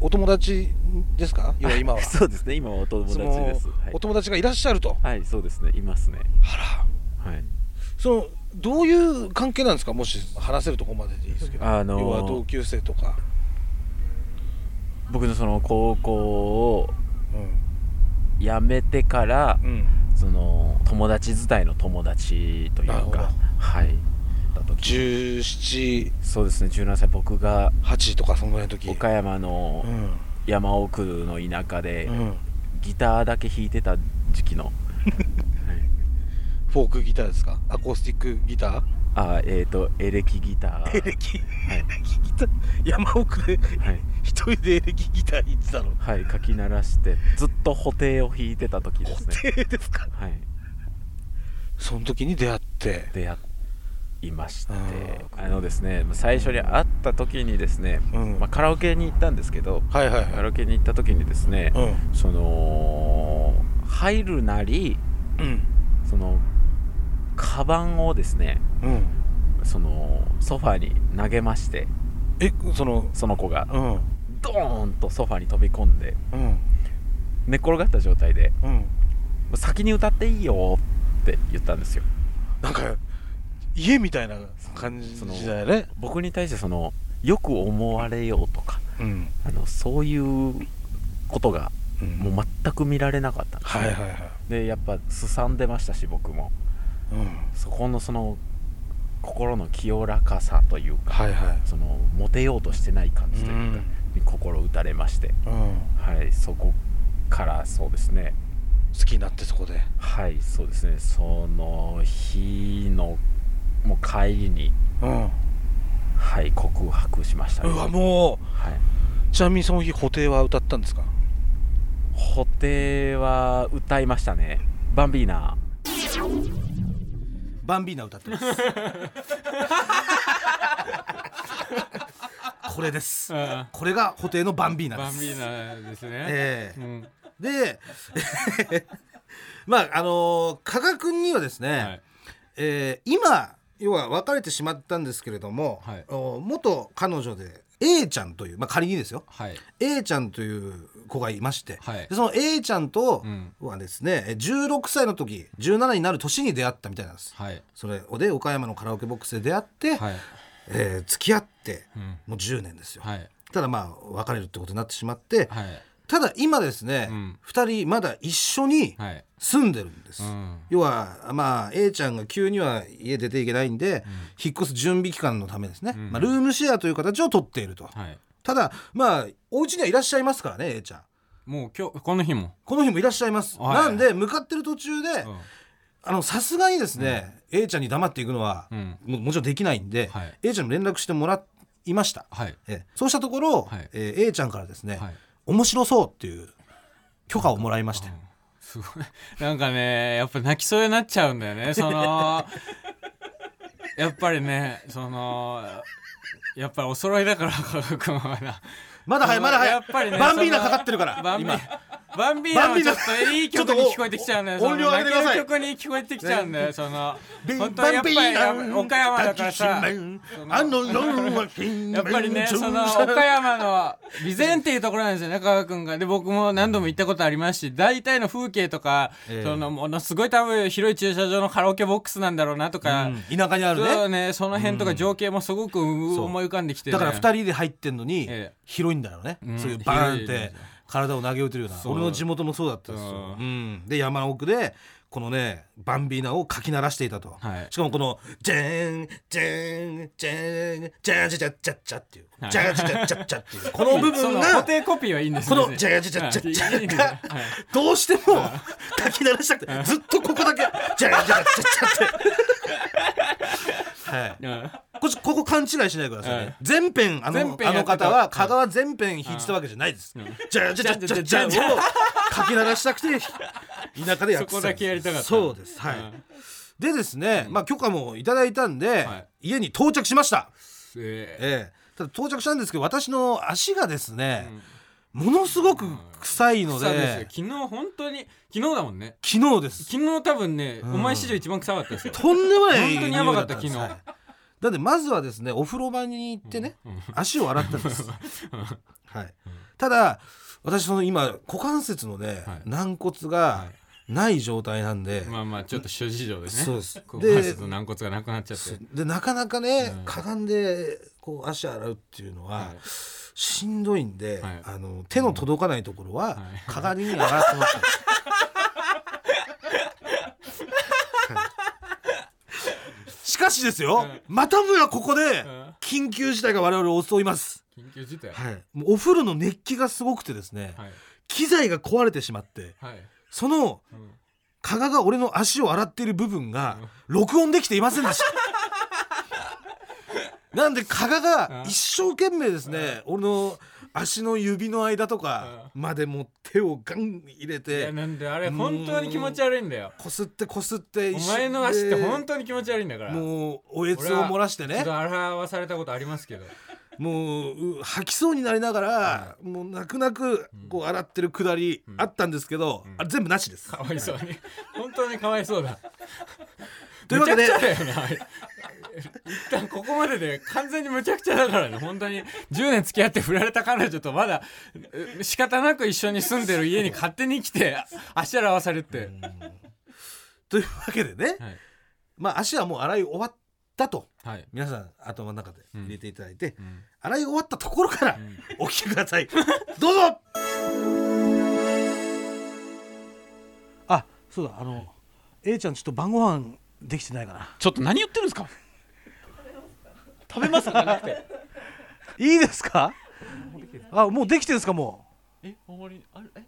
Speaker 2: お友達ですか要は今は
Speaker 4: そうですね、今はお友達
Speaker 2: そ
Speaker 4: で
Speaker 2: の
Speaker 4: す。はい
Speaker 2: お、友達がいらっしゃると
Speaker 4: はい、そうですね、いますね。
Speaker 2: あら
Speaker 4: はい、
Speaker 2: そのどういう関係なんですかもし話せるところまででいいですけど、
Speaker 4: あのー
Speaker 2: 要は同級生とか、
Speaker 4: 僕のその高校を
Speaker 2: う
Speaker 4: 辞めてから、
Speaker 2: ん
Speaker 4: その友達伝いの友達という
Speaker 2: なるほど
Speaker 4: か、はい、だと
Speaker 2: 17、
Speaker 4: そうですね17歳僕が
Speaker 2: 8とかそのぐらいの時
Speaker 4: 岡山の
Speaker 2: うん
Speaker 4: 山奥の田舎で
Speaker 2: うん
Speaker 4: ギターだけ弾いてた 時期の、はい
Speaker 2: フォークギターですかアコースティックギ ター
Speaker 4: あえっ、とエレキギタ ー
Speaker 2: レキギ
Speaker 4: はい
Speaker 2: ター山奥で
Speaker 4: はい、
Speaker 2: 一人でエレキギター弾いてたの
Speaker 4: はい、かき鳴らしてずっと布袋を弾いてた時です ね
Speaker 2: 手ですか
Speaker 4: はい
Speaker 2: その時に出会って
Speaker 4: 出会いまして
Speaker 2: あー
Speaker 4: あのですね最初に会った時にですね、
Speaker 2: うん
Speaker 4: まあ、カラオケに行ったんですけど
Speaker 2: はいはい
Speaker 4: カ
Speaker 2: は
Speaker 4: ラオケに行った時にですね、
Speaker 2: い
Speaker 4: その入るなり
Speaker 2: うん
Speaker 4: そのカバンをですね
Speaker 2: うんうん
Speaker 4: そのソファーに投げまして
Speaker 2: えその
Speaker 4: その子が
Speaker 2: うん
Speaker 4: ドーンとソファーに飛び込んで
Speaker 2: うん
Speaker 4: 寝っ転がった状態で
Speaker 2: うん
Speaker 4: 「先に歌っていいよ」って言ったんですよ
Speaker 2: なんか家みたいな感じだよね
Speaker 4: 僕に対してそのよく思われようとか
Speaker 2: うん
Speaker 4: あのそういうことが
Speaker 2: うん
Speaker 4: もう全く見られなかったんですね、
Speaker 2: はいはいはい
Speaker 4: でやっぱすさんでましたし僕も
Speaker 2: うん
Speaker 4: そこのその心の清らかさというか
Speaker 2: はいはい
Speaker 4: そのモテようとしてない感じというか、に心打たれまして
Speaker 2: うん
Speaker 4: はい、そこからそうですね、
Speaker 2: 好きになってそこで
Speaker 4: はい、そうですね、その日のもう帰りに、
Speaker 2: うん
Speaker 4: はい、告白しました、
Speaker 2: うわもう
Speaker 4: はい、
Speaker 2: ちなみにその日布袋は歌ったんですか
Speaker 4: 布袋は歌いましたね、バンビーナ
Speaker 2: バンビーナ歌ってます これです
Speaker 1: あ
Speaker 2: これが布袋のバンビー
Speaker 1: ー
Speaker 2: ナで
Speaker 1: バ
Speaker 2: す
Speaker 1: ンビーナですね、
Speaker 2: ええ
Speaker 1: うん
Speaker 2: で まああのー加賀君にはですね、
Speaker 1: はい
Speaker 2: えー今要は別れてしまったんですけれども、
Speaker 1: はい
Speaker 2: お元彼女で A ちゃんという、まあ、仮にですよ
Speaker 1: はい
Speaker 2: A ちゃんという子がいまして、
Speaker 1: はい
Speaker 2: でその A ちゃんと
Speaker 1: うん
Speaker 2: はですね、え16歳の時17になる年に出会ったみたいなんです。
Speaker 1: はい
Speaker 2: それで岡山のカラオケボックスで出会って、
Speaker 1: はい
Speaker 2: えー付き合って
Speaker 1: うん
Speaker 2: もう10年ですよ、
Speaker 1: はい
Speaker 2: ただまあ別れるってことになってしまって、
Speaker 1: はい
Speaker 2: ただ今ですね、
Speaker 1: うん
Speaker 2: 2人まだ一緒に
Speaker 1: はい
Speaker 2: 住んでるんです、
Speaker 1: うん
Speaker 2: 要はまあ A ちゃんが急には家出ていけないんで、引っ越す準備期間のためですね、
Speaker 1: うん
Speaker 2: まあ、ルームシェアという形をとっていると、
Speaker 1: はい
Speaker 2: ただまあお家にはいらっしゃいますからね A ちゃん
Speaker 1: もう今日この日も、
Speaker 2: この日もいらっしゃいます、
Speaker 1: はい
Speaker 2: なんで向かってる途中で、
Speaker 1: うん
Speaker 2: あのさすがにですね、A ちゃんに黙っていくのは、
Speaker 1: うん
Speaker 2: ももちろんできないんで、
Speaker 1: はい
Speaker 2: A ちゃんにも連絡してもらいました、
Speaker 1: はい
Speaker 2: ええそうしたところ、
Speaker 1: はい
Speaker 2: えー A ちゃんからですね、
Speaker 1: はい
Speaker 2: 面白そうっていう許可をもらいまして、
Speaker 1: すごいなんかねやっぱ泣きそうになっちゃうんだよねそのやっぱりねそのやっぱりお揃いだから加賀君はな
Speaker 2: まだ早いまだ早い
Speaker 1: やっぱりね
Speaker 2: バンビーナ
Speaker 1: そ
Speaker 2: か
Speaker 1: の
Speaker 2: かってるから
Speaker 1: バンビ
Speaker 2: 今
Speaker 1: バンビーナ
Speaker 2: バン
Speaker 1: も
Speaker 2: ビー
Speaker 1: ちょ
Speaker 2: ナ
Speaker 1: っといい曲に聞こえてきちゃうんだよ
Speaker 2: ちょっとお音量上げてください
Speaker 1: その泣ける曲に聞こえてきちゃうんだよその
Speaker 2: ビン
Speaker 1: 本当にやっぱり
Speaker 2: バ
Speaker 1: や
Speaker 2: ンビーナ
Speaker 1: 岡山だからさ
Speaker 2: 抱きしめん
Speaker 1: その
Speaker 2: あの夜は新聞
Speaker 1: やっぱりね、
Speaker 2: 中
Speaker 1: その岡山の備前っていうところなんですよね、香川君が。で、僕も何度も行ったことありますし、大体の風景とか、
Speaker 2: ええ
Speaker 1: そのものすごい多分広い駐車場のカラオケボックスなんだろうなとか、
Speaker 2: うん田舎にある
Speaker 1: そう
Speaker 2: ね
Speaker 1: ね、その辺とか情景もすごく
Speaker 2: そう
Speaker 1: 思い浮かんできてね、
Speaker 2: だから二人で入ってんのに
Speaker 1: ええ
Speaker 2: 広いんだろうね
Speaker 1: ん
Speaker 2: そういうバーンっ
Speaker 1: 広いで
Speaker 2: て体を投げ打てるような
Speaker 1: そう
Speaker 2: 俺の地元もそうだったんですよ
Speaker 1: う
Speaker 2: うんで山奥でこのねバンビーナをかき鳴らしていたと
Speaker 1: はい
Speaker 2: しかもこの「ジェーンジェーンジェーンジャージャジャジャジャ」っていう「
Speaker 1: い
Speaker 2: ジャージャジャジャジャ」っていうこの部
Speaker 1: そ
Speaker 2: 分
Speaker 1: の
Speaker 2: が
Speaker 1: 固定コピーはいいんです
Speaker 2: この
Speaker 1: 別に
Speaker 2: ジャジャジャジャジ
Speaker 1: はいいいん
Speaker 2: ャ
Speaker 1: ですよ
Speaker 2: が
Speaker 1: はい
Speaker 2: どうしても書き鳴らしたくてずっとここだけジャジャジャジャって。はい、
Speaker 1: うん
Speaker 2: こっちここ勘違いしないでくださいね、全編あの
Speaker 1: 全編や
Speaker 2: あ
Speaker 1: って
Speaker 2: の
Speaker 1: た
Speaker 2: 方は香川全編弾いてたわけじゃないです、じゃじゃじゃじゃじゃをかき流したくて田舎でやっ
Speaker 1: そ
Speaker 2: てたんです
Speaker 1: こだけやりたかった
Speaker 2: そうですはい、
Speaker 1: うん
Speaker 2: でですね、まあ許可もいただいたんで、
Speaker 1: はい
Speaker 2: 家に到着しました
Speaker 1: ええ
Speaker 2: ええただ到着したんですけど私の足がですね、ものすごく臭いので,、
Speaker 1: 草ですよ昨日本当に昨日だもんね
Speaker 2: 昨日です
Speaker 1: 昨日多分ね、お前史上一番臭かったですよ
Speaker 2: とんでもない
Speaker 1: 本当にやばかった
Speaker 2: 匂いだんで
Speaker 1: 昨
Speaker 2: すはいだってまずはですねお風呂場に行ってね、足を洗ったんです、はい、ただ私その今股関節のね、
Speaker 1: はい
Speaker 2: 軟骨がない状態なんで、
Speaker 1: まあまあちょっと諸事情でね
Speaker 2: そうです
Speaker 1: こ
Speaker 2: で
Speaker 1: う関節の軟骨がなくなっちゃって
Speaker 2: でなかなかね、
Speaker 1: うん
Speaker 2: かがんでこう足洗うっていうのは、
Speaker 1: はい
Speaker 2: しんどいんで、
Speaker 1: はい
Speaker 2: あの手の届かないところは、
Speaker 1: はい
Speaker 2: 鏡に洗ってました、しかしですよ、
Speaker 1: はい
Speaker 2: またもやここで
Speaker 1: ん
Speaker 2: 緊急事態が我々を襲います、
Speaker 1: 緊急事態
Speaker 2: はい、もうお風呂の熱気がすごくてですね、
Speaker 1: はい
Speaker 2: 機材が壊れてしまって
Speaker 1: はい
Speaker 2: その
Speaker 1: うん
Speaker 2: 加賀が俺の足を洗っている部分が録音できていません でした。なんで加賀が一生懸命ですね、俺の足の指の間とかまでもう手をガン入れ
Speaker 1: いや
Speaker 2: て、
Speaker 1: なんであれ本当に気持ち悪いんだよ
Speaker 2: こすってこすっ
Speaker 1: お
Speaker 2: て一生
Speaker 1: 前の足って本
Speaker 2: で
Speaker 1: 当に気持ち悪いんだから
Speaker 2: もうおえつを漏らし
Speaker 1: ち
Speaker 2: て
Speaker 1: ょっ
Speaker 2: ね
Speaker 1: と、洗わされたことありますけど
Speaker 2: もうう吐きそうになりながら、もう泣く泣くこう洗ってるくだりあったんですけど、あれ全部なしです。
Speaker 1: かわいそうに本当にかわいそうだ
Speaker 2: というわけで
Speaker 1: むちゃくちゃだよねあれ一旦ここまでで完全にむちゃくちゃだからね本当に10年付き合って振られた彼女とまだう仕方なく一緒に住んでる家に勝手に来て足洗わされるって、
Speaker 2: というわけでね、
Speaker 1: はい
Speaker 2: まあ足はもう洗い終わったと。
Speaker 1: はい
Speaker 2: 皆さん頭の中で入れていただいて、
Speaker 1: ん
Speaker 2: 洗い終わったところから
Speaker 1: ん
Speaker 2: お聞きください、どうぞ
Speaker 3: あそうだあの A ちゃんちょっと晩ご飯できてないかな
Speaker 4: ちょっと何言ってるんですか
Speaker 3: 食べますかいいですかあもうできてるんですかもう
Speaker 4: えあんまりあれえ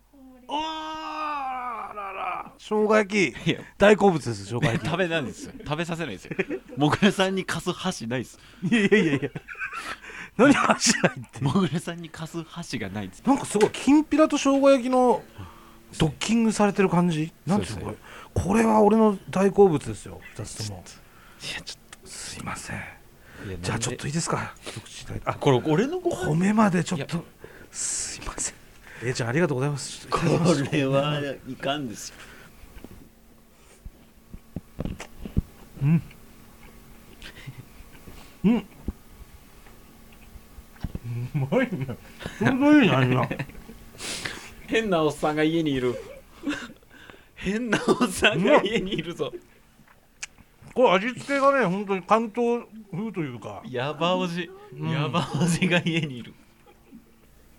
Speaker 3: あらら生姜焼き大好物です生姜焼
Speaker 4: 食べないんですよ食べさせないんですよもぐらさんに貸す箸ないです
Speaker 3: きいやいやいやいや何話しないって
Speaker 4: もぐらさんに貸す箸がないです
Speaker 3: なんかすごいきんぴらと生姜焼きのドッキングされてる感じなんですかこれこれは俺の大好物ですよ2つとも
Speaker 4: いやちょ
Speaker 3: すいません
Speaker 4: っといや
Speaker 3: じゃあちょっ
Speaker 4: なんで
Speaker 3: といいですか一口いただいてあ
Speaker 4: これ俺のご飯
Speaker 3: 米までちょっ
Speaker 4: い
Speaker 3: とすいません A ちゃんありがとうございます
Speaker 4: これはいかんですよ
Speaker 3: うまいねちょうどいいね味が
Speaker 4: 変なおっさんが家にいる変なおっさんが家にいるぞ
Speaker 3: これ味付けがね本当に関東風というか
Speaker 4: ヤバおじ
Speaker 3: ん
Speaker 4: ヤバおじが家にいる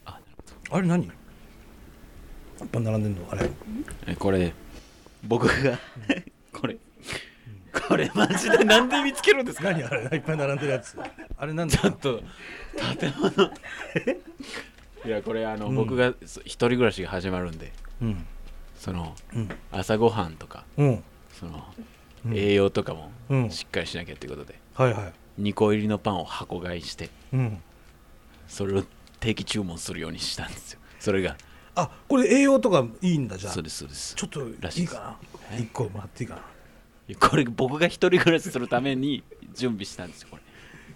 Speaker 3: あれ何やっぱ並んでんのあれ
Speaker 4: えこれ僕がこれこれマジでなんで見つけるんですか
Speaker 3: 何あれいっぱい並んでるやつあれなんだ
Speaker 4: ちょっと建物 いやこれあの、
Speaker 3: うん
Speaker 4: 僕がそ一人暮らしが始まるんで
Speaker 3: うん
Speaker 4: その
Speaker 3: うん
Speaker 4: 朝ごはんとか
Speaker 3: うん
Speaker 4: その、
Speaker 3: うん
Speaker 4: 栄養とかも
Speaker 3: うん
Speaker 4: しっかりしなきゃっていうことで、
Speaker 3: はいはい
Speaker 4: 2個入りのパンを箱買いして
Speaker 3: うん
Speaker 4: それを定期注文するようにしたんですよそれが
Speaker 3: あこれ栄養とかいいんだじゃあ
Speaker 4: そうですそうです
Speaker 3: ちょっと
Speaker 4: らし
Speaker 3: い
Speaker 4: い
Speaker 3: い
Speaker 4: です
Speaker 3: かな一個もらっていいかない
Speaker 4: やこれ僕が一人暮らしするために
Speaker 3: 準備したんですよこれ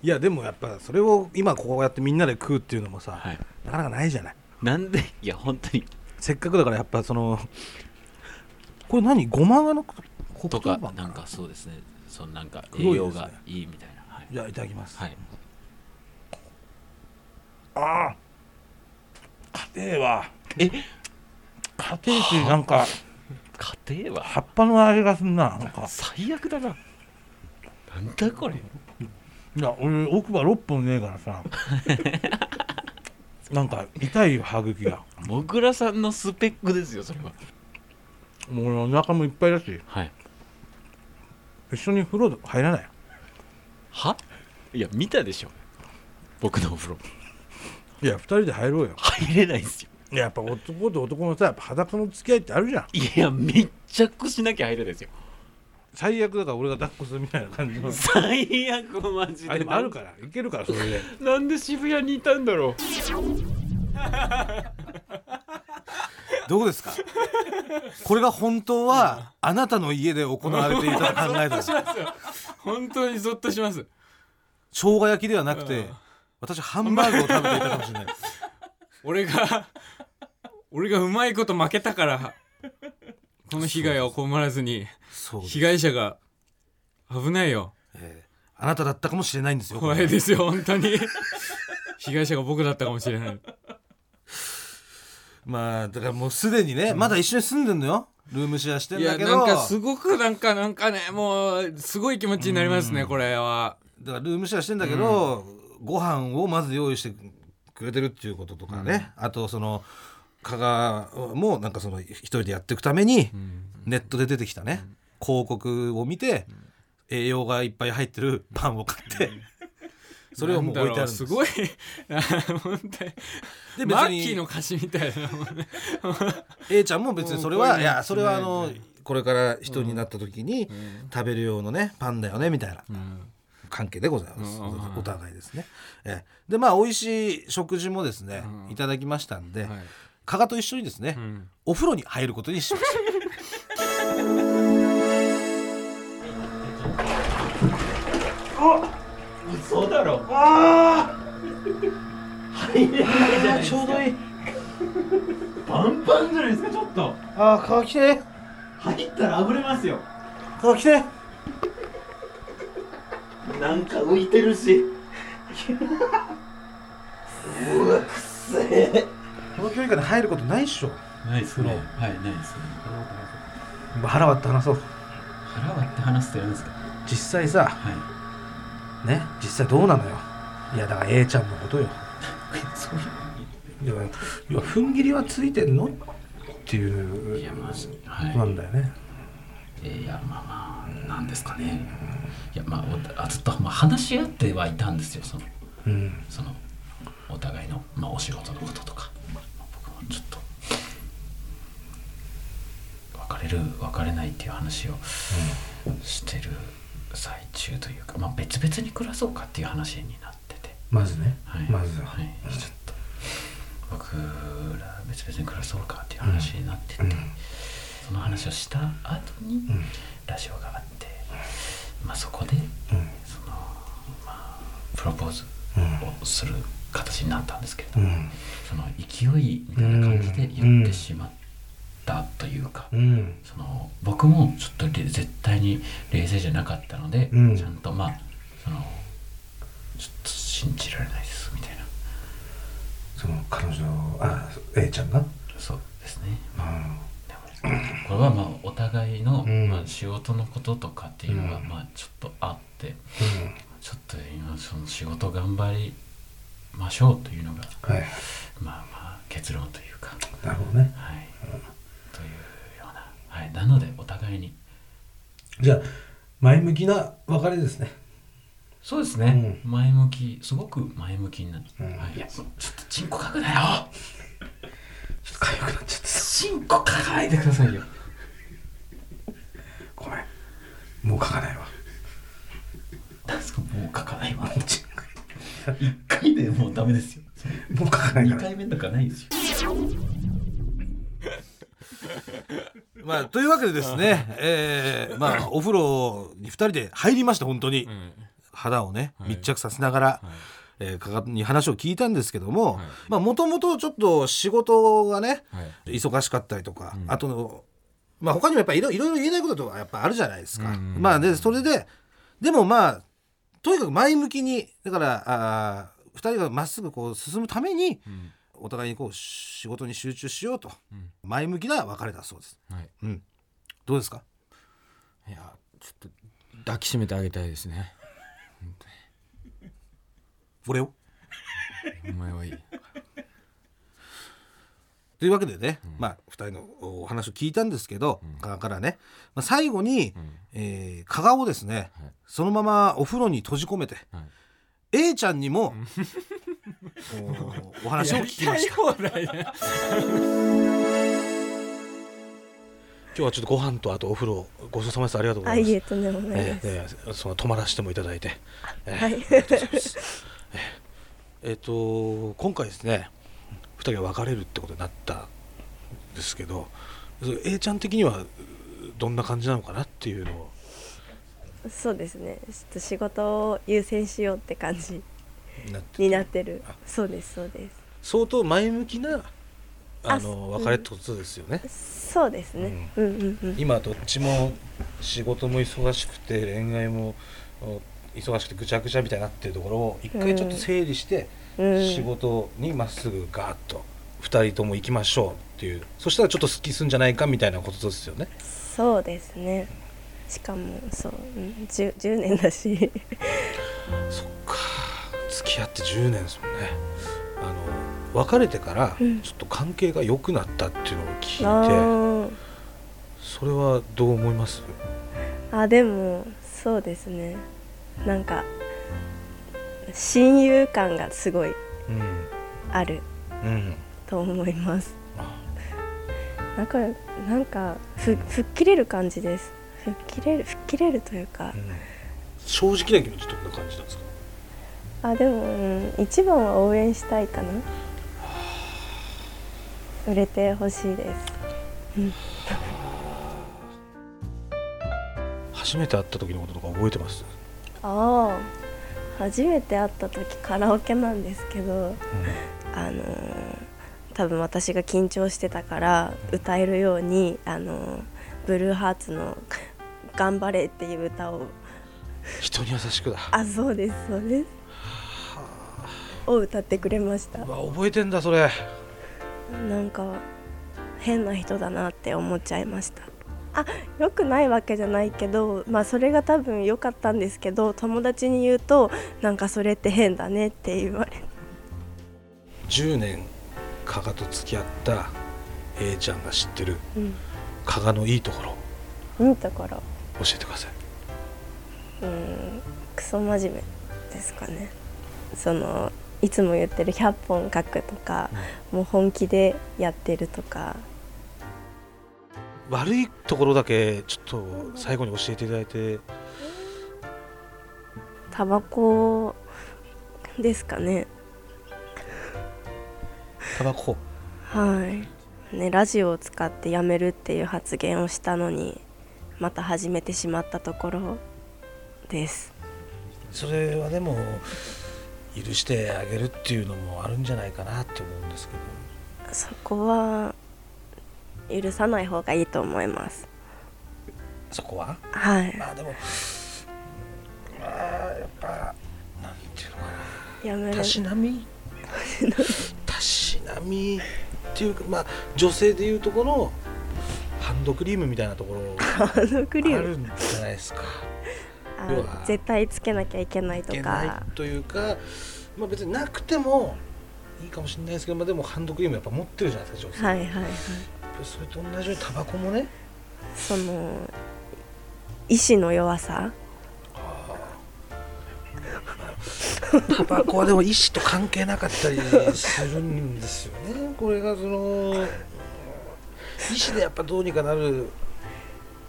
Speaker 4: いやでもやっぱそれを今こうやってみんなで食うっていうのもさ、
Speaker 3: はい
Speaker 4: なかなかないじゃない
Speaker 3: なんでいや本当に
Speaker 4: せっかくだからやっぱそのこれ何ごまがの黒
Speaker 3: と
Speaker 4: 糖
Speaker 3: か
Speaker 4: パン
Speaker 3: なんかそうですねそのなんか
Speaker 4: 黒いですね
Speaker 3: 栄養がいいみたいなはい、
Speaker 4: じゃあいただきます、
Speaker 3: はい、
Speaker 4: ああ家庭は
Speaker 3: え
Speaker 4: 家庭ってなんか
Speaker 3: 家庭は
Speaker 4: 葉っぱの味がすんななんか
Speaker 3: 最悪だななんだこれ
Speaker 4: いや俺奥歯6本ねえから さなんか痛いよ歯茎が
Speaker 3: もぐらさんのスペックですよそれは
Speaker 4: もう俺お腹もいっぱいだし
Speaker 3: はい
Speaker 4: 一緒に風呂入らない
Speaker 3: はいや見たでしょ僕のお風呂
Speaker 4: いや二人で入ろうよ
Speaker 3: 入れないですよ
Speaker 4: いややっぱ男と男のさやっぱ裸の付き合いってあるじゃん
Speaker 3: いや密着しなきゃ入れないですよ
Speaker 4: 最悪だから俺が抱っこするみたいな感じ の
Speaker 3: 最悪マジで
Speaker 4: あでもあるからいけるからそれで
Speaker 3: なんで渋谷にいたんだろう
Speaker 2: どうですかこれが本当はあなたの家で行われていたと考えたら
Speaker 1: 本当にゾッとします
Speaker 2: 生姜焼きではなくて私ハンバーグを食べていたかもしれないです
Speaker 1: 俺が俺がうまいこと負けたからこの被害を被らずに
Speaker 2: そうです
Speaker 1: 被害者が危ないよ
Speaker 2: ええあなただったかもしれないんですよこ
Speaker 1: 怖
Speaker 2: れ
Speaker 1: いですよ本当に被害者が僕だったかもしれない
Speaker 2: まあだからもうすでにね、まだ一緒に住んでんのよルームシェアしてん
Speaker 1: いや
Speaker 2: だけ
Speaker 1: なん
Speaker 2: ど
Speaker 1: かすごくなんかなんかねもうすごい気持ちになりますねこれは
Speaker 2: だからルームシェアしてんだけど、ご飯をまず用意してくれてるっていうこととかね、あとその加賀もなんかその一人でやっていくためにネットで出てきたね、広告を見て、栄養がいっぱい入ってるパンを買って、それをもう置いてあるんです
Speaker 1: なんだろうすごい本当にマ
Speaker 2: で別
Speaker 1: ッキーの
Speaker 2: に
Speaker 1: 歌詞みたいなもんね
Speaker 2: A ちゃんも別にそれ
Speaker 1: もう
Speaker 2: は
Speaker 1: これ
Speaker 2: いやそれはあ
Speaker 1: う
Speaker 2: の
Speaker 1: ん
Speaker 2: これから人になった時に食べる用のねパンだよねみたいな関係でございます、
Speaker 1: うんうん
Speaker 2: お互いですね、ええでまあ美味しい食事もですね、いただきましたんで、
Speaker 1: はい
Speaker 2: 加賀と一緒にですね、
Speaker 1: ん
Speaker 2: お風呂に入ることにし ました
Speaker 3: そうだろ
Speaker 4: あちょうどいい
Speaker 3: パンパンじゃないですかちょっと
Speaker 4: あー皮きて
Speaker 3: 入ったらあぶれますよ
Speaker 4: 皮きて
Speaker 3: なんか浮いて るし
Speaker 4: この距離感で入ることないっしょ
Speaker 3: ないですねはいないですね
Speaker 4: 腹割って話そう
Speaker 3: 腹割って話すってやるんですかは
Speaker 4: 実際さ
Speaker 3: い
Speaker 4: ね実際どうなのよいやだから A ちゃんのことよ
Speaker 3: そう
Speaker 4: いや要は踏ん切りはついてんのっていう
Speaker 3: やまあ
Speaker 4: ことな
Speaker 3: は
Speaker 4: んだよね
Speaker 3: い、えーいやまあまあなんですかねいやまあおあずっと、まあ、話し合ってはいたんですよその
Speaker 4: うん
Speaker 3: そのお互いの、まあ、お仕事のこととか、まあ僕もちょっと別れる別れないっていう話をしてる最中というか、まあ、別々に暮らそうかっていう話になってて、
Speaker 4: まずね、
Speaker 3: はい、
Speaker 4: まずは、
Speaker 3: はい、ちょっと僕ら別々に暮らそうかっていう話になってて、その話をした後にラジオがあって、まあ、そこで、そのまあ、プロポーズをする形になったんですけれども、その勢いみたいな感じで言ってしまったというか。
Speaker 4: うん
Speaker 3: その僕もちょっとれ絶対に冷静じゃなかったので、
Speaker 4: うん
Speaker 3: ちゃんとまあそのちょっと信じられないですみたいな
Speaker 4: その彼女あ A ちゃんが
Speaker 3: そうですね
Speaker 4: うん
Speaker 3: でもこれはまあお互いの、
Speaker 4: うん
Speaker 3: まあ、仕事のこととかっていうのが
Speaker 4: うん
Speaker 3: まあちょっとあって、ちょっと今その仕事頑張りましょうというのが
Speaker 4: はい
Speaker 3: まあまあ結論というか
Speaker 4: なるほどね
Speaker 3: はいというようなはいなのでお互いに
Speaker 4: じゃあ前向きな別れですね
Speaker 3: そうですね、前向きすごく前向きになって、
Speaker 4: うん
Speaker 3: はいいやちょっとチンコ書くなよ
Speaker 4: ちょっと痒くなっちゃってさ
Speaker 3: チンコ書かないでくださいよ
Speaker 4: ごめんもう書かないわ
Speaker 3: なんですかもう書かないわ1回でもうダメですよ
Speaker 4: もう書かない
Speaker 3: 2
Speaker 4: から
Speaker 3: 回目とかないですよ
Speaker 2: ま あというわけでですね、えーまあお風呂に二人で入りました本当に、
Speaker 1: うん
Speaker 2: 肌をね、
Speaker 1: はい
Speaker 2: 密着させながら、
Speaker 1: はい
Speaker 2: えーかかに話を聞いたんですけども
Speaker 1: はい
Speaker 2: もともとちょっと仕事がね、
Speaker 1: はい
Speaker 2: 忙しかったりとか、
Speaker 1: うん
Speaker 2: あとの、まあ、他にもやっぱいろいろいろ言えないこととかやっぱあるじゃないですか。
Speaker 1: うんうんうん
Speaker 2: まあ、でそれででもまあとにかく前向きにだからあ2人がまっすぐこう進むために
Speaker 1: うん
Speaker 2: お互いにこう仕事に集中しようと
Speaker 1: うん
Speaker 2: 前向きな別れだそうです。
Speaker 1: はい
Speaker 2: うん、どうですか
Speaker 1: いやちょっと抱きしめてあげたいですね
Speaker 2: 俺を
Speaker 1: お前はいい
Speaker 2: というわけでね、まあ、2人のお話を聞いたんですけど、加賀からね、まあ、最後に、えー加賀をですね、
Speaker 1: はい
Speaker 2: そのままお風呂に閉じ込めて、
Speaker 1: はい
Speaker 2: A ちゃんにも、おお話を聞きました
Speaker 1: 放題ね
Speaker 2: 今日はちょっとご飯とあとお風呂ごちそうさまですありがとうご
Speaker 5: あ
Speaker 2: ざいま
Speaker 5: い
Speaker 2: す、
Speaker 5: えとんでもない
Speaker 2: え
Speaker 5: です、
Speaker 2: えええその泊まらせてもいただいてええ
Speaker 5: はい
Speaker 2: あ りがとうございますえええっと今回ですね2人が別れるってことになったんですけどそれ A ちゃん的にはどんな感じなのかなっていうのを
Speaker 5: そうですねちょっと仕事を優先しようって感じ
Speaker 2: なって
Speaker 5: になってる
Speaker 2: あ
Speaker 5: そうですそうで
Speaker 2: 相当前向きなあの
Speaker 5: あ
Speaker 2: 別れってことですよね、
Speaker 5: すそうですね、うん、うんうん
Speaker 2: 今どっちも仕事も忙しくて恋愛もお忙しくてぐちゃぐちゃみたいになってるところを一回ちょっと整理して、
Speaker 5: うん
Speaker 2: 仕事にまっすぐガーッと2人とも行きましょうっていうそしたらちょっとすっきりすんじゃないかみたいなことですよね
Speaker 5: そうですねしかもそう、うん、10, 10年 だし
Speaker 2: そっか付き合って10年ですもんねあの別れてから
Speaker 5: うん
Speaker 2: ちょっと関係が良くなったっていうのを聞
Speaker 5: あ
Speaker 2: いて、
Speaker 5: ー
Speaker 2: それはどう思います
Speaker 5: あでもそうですねなんか親友感がすごい
Speaker 2: うん
Speaker 5: ある
Speaker 2: うん
Speaker 5: と思います
Speaker 2: あ
Speaker 5: なんかなんかふ吹っ切れる感じです吹っ切れる吹っ切れるというか
Speaker 2: うん正直な気持ちどんな感じなんですか
Speaker 5: あでも、うん、一番は応援したいかな売れてほしいです
Speaker 2: 初めて会った時のこととか覚えてます、
Speaker 5: ああ初めて会った時カラオケなんですけどあのー多分私が緊張してたから歌えるようにあのーブルーハーツの 「頑張れ」っていう歌を
Speaker 2: 人に優しくだ
Speaker 5: あそうですそうですを歌ってくれました
Speaker 2: うわ覚えてんだそれ
Speaker 5: なんか変な人だなって思っちゃいましたあ良くないわけじゃないけどまあそれが多分良かったんですけど友達に言うとなんかそれって変だねって言われ
Speaker 2: 10年加賀と付き合った A ちゃんが知ってる
Speaker 5: て、うん
Speaker 2: 加賀のいいところ
Speaker 5: いいところ
Speaker 2: 教えてください、
Speaker 5: うんクソ真面目ですかねそのいつも言ってる100本書くとか、もう本気でやってるとか
Speaker 2: 悪いところだけちょっと最後に教えていただいて
Speaker 5: タバコですかね
Speaker 2: タバコ
Speaker 5: はいねラジオを使ってやめるっていう発言をしたのにまた始めてしまったところです
Speaker 2: それはでも許してあげるっていうのもあるんじゃないかなって思うんですけど
Speaker 5: そこは許さない方がいいと思います
Speaker 2: そこは
Speaker 5: はい
Speaker 2: まあでもまあやっぱなんていうのかな
Speaker 5: やめる
Speaker 2: たしなみたしなみっていうかまあ女性でいうところのハンドクリームみたいなところあ
Speaker 5: あのクリーム
Speaker 2: るんじゃないですか。
Speaker 5: あ
Speaker 2: 要は
Speaker 5: 絶対つけなきゃいけない
Speaker 2: い
Speaker 5: と
Speaker 2: けな
Speaker 5: か
Speaker 2: いというか、まあ、別になくてもいいかもしれないですけど、まあ、でもハンドクリームやっぱ持ってるじゃないですか女性、
Speaker 5: はいはいはい
Speaker 2: それと同じようにタバコもね
Speaker 5: その意志の弱さ
Speaker 2: タバコはでも意思と関係なかったりするんですよねこれがそのうん意思でやっぱどうにかなる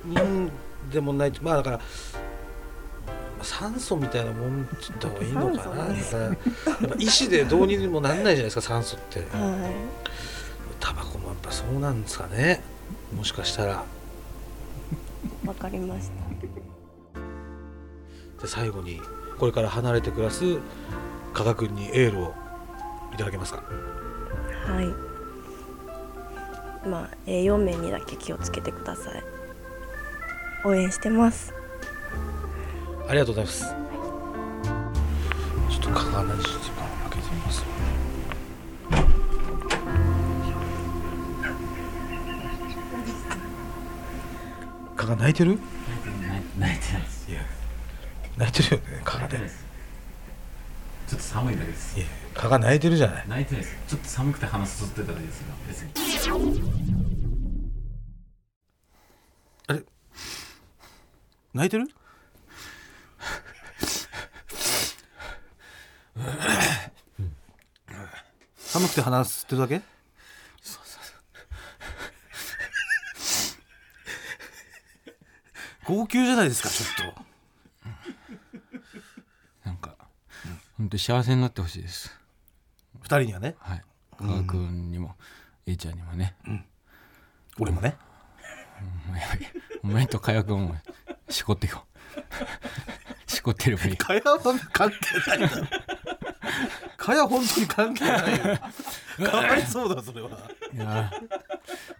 Speaker 2: 人でもないとまあだから酸素みたいなもんって言った方がいいのかな
Speaker 5: 酸素
Speaker 2: だからやっぱ意思でどうにもなんないじゃないですか酸素って
Speaker 5: は
Speaker 2: タバコもやっぱそうなんですかねもしかしたら
Speaker 5: いわかりました
Speaker 2: で最後に
Speaker 3: これから離れて暮らす加賀君にエールをいただけますか
Speaker 5: はいまあ栄養面にだけ気をつけてください応援してます
Speaker 3: ありがとうございます
Speaker 4: ちょっとかがな時間を開けてみます
Speaker 3: 加賀泣いてる
Speaker 4: 泣いてないです
Speaker 3: 泣いてるよね加賀でいや
Speaker 4: ちょっと寒いだけです
Speaker 3: 加賀泣いてるじゃない
Speaker 4: 泣いてないですちょっと寒くて鼻すすってただけですが別に
Speaker 2: 泣いてる寒くて鼻吸ってるだけ号泣じゃないですかちょっと
Speaker 1: なんか本当に幸せになってほしいです
Speaker 2: 二人にはね
Speaker 1: はい加賀君にも A ちゃんにもね
Speaker 2: 俺もね
Speaker 1: お前お前と加賀君もしこってよ しこってればいい
Speaker 2: かやは関係ないだろかや本当に関係ないよかわいそうだそれはい
Speaker 1: やー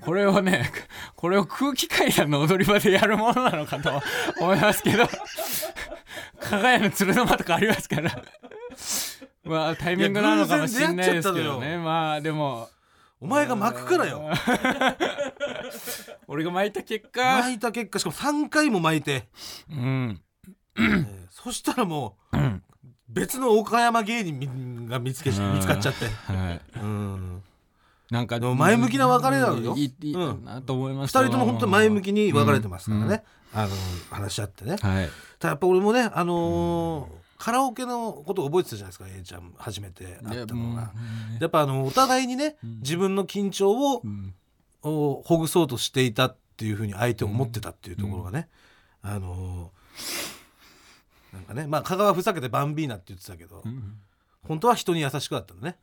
Speaker 1: これをねこれを空気階段の踊り場でやるものなのかと思いますけど加賀屋の鶴の間とかありますからまあタイミングなのかもしれないですけ
Speaker 2: いや偶然
Speaker 1: ど
Speaker 2: 出会っちゃ
Speaker 1: ねまあでも
Speaker 2: お前が巻くからよ
Speaker 1: 俺が巻いた結果
Speaker 2: 巻いた結果しかも3回も巻いて
Speaker 1: うん
Speaker 2: えーそしたらもう、別の岡山芸人が見つけし
Speaker 1: うん
Speaker 2: 見つかっちゃって、
Speaker 1: はい
Speaker 2: うん、
Speaker 1: なんか
Speaker 2: でも前向きな別れなのよ
Speaker 1: いいいい
Speaker 2: うん
Speaker 1: なと思いま
Speaker 2: 2
Speaker 1: した
Speaker 2: 人とも本当に前向きに別れてますからね、あの話し合ってね、
Speaker 1: はい
Speaker 2: ただやっぱ俺もね、あのーカラオケのことを覚えてたじゃないですか A ちゃん初めて会ったのが。やっぱあのお互いにね、自分の緊張を
Speaker 1: ん
Speaker 2: をほぐそうとしていたっていうふうに相手を思ってたっていうところがね、あのーなんかねまあ香川ふざけてバンビーナって言ってたけど、本当は人に優しくだったのね、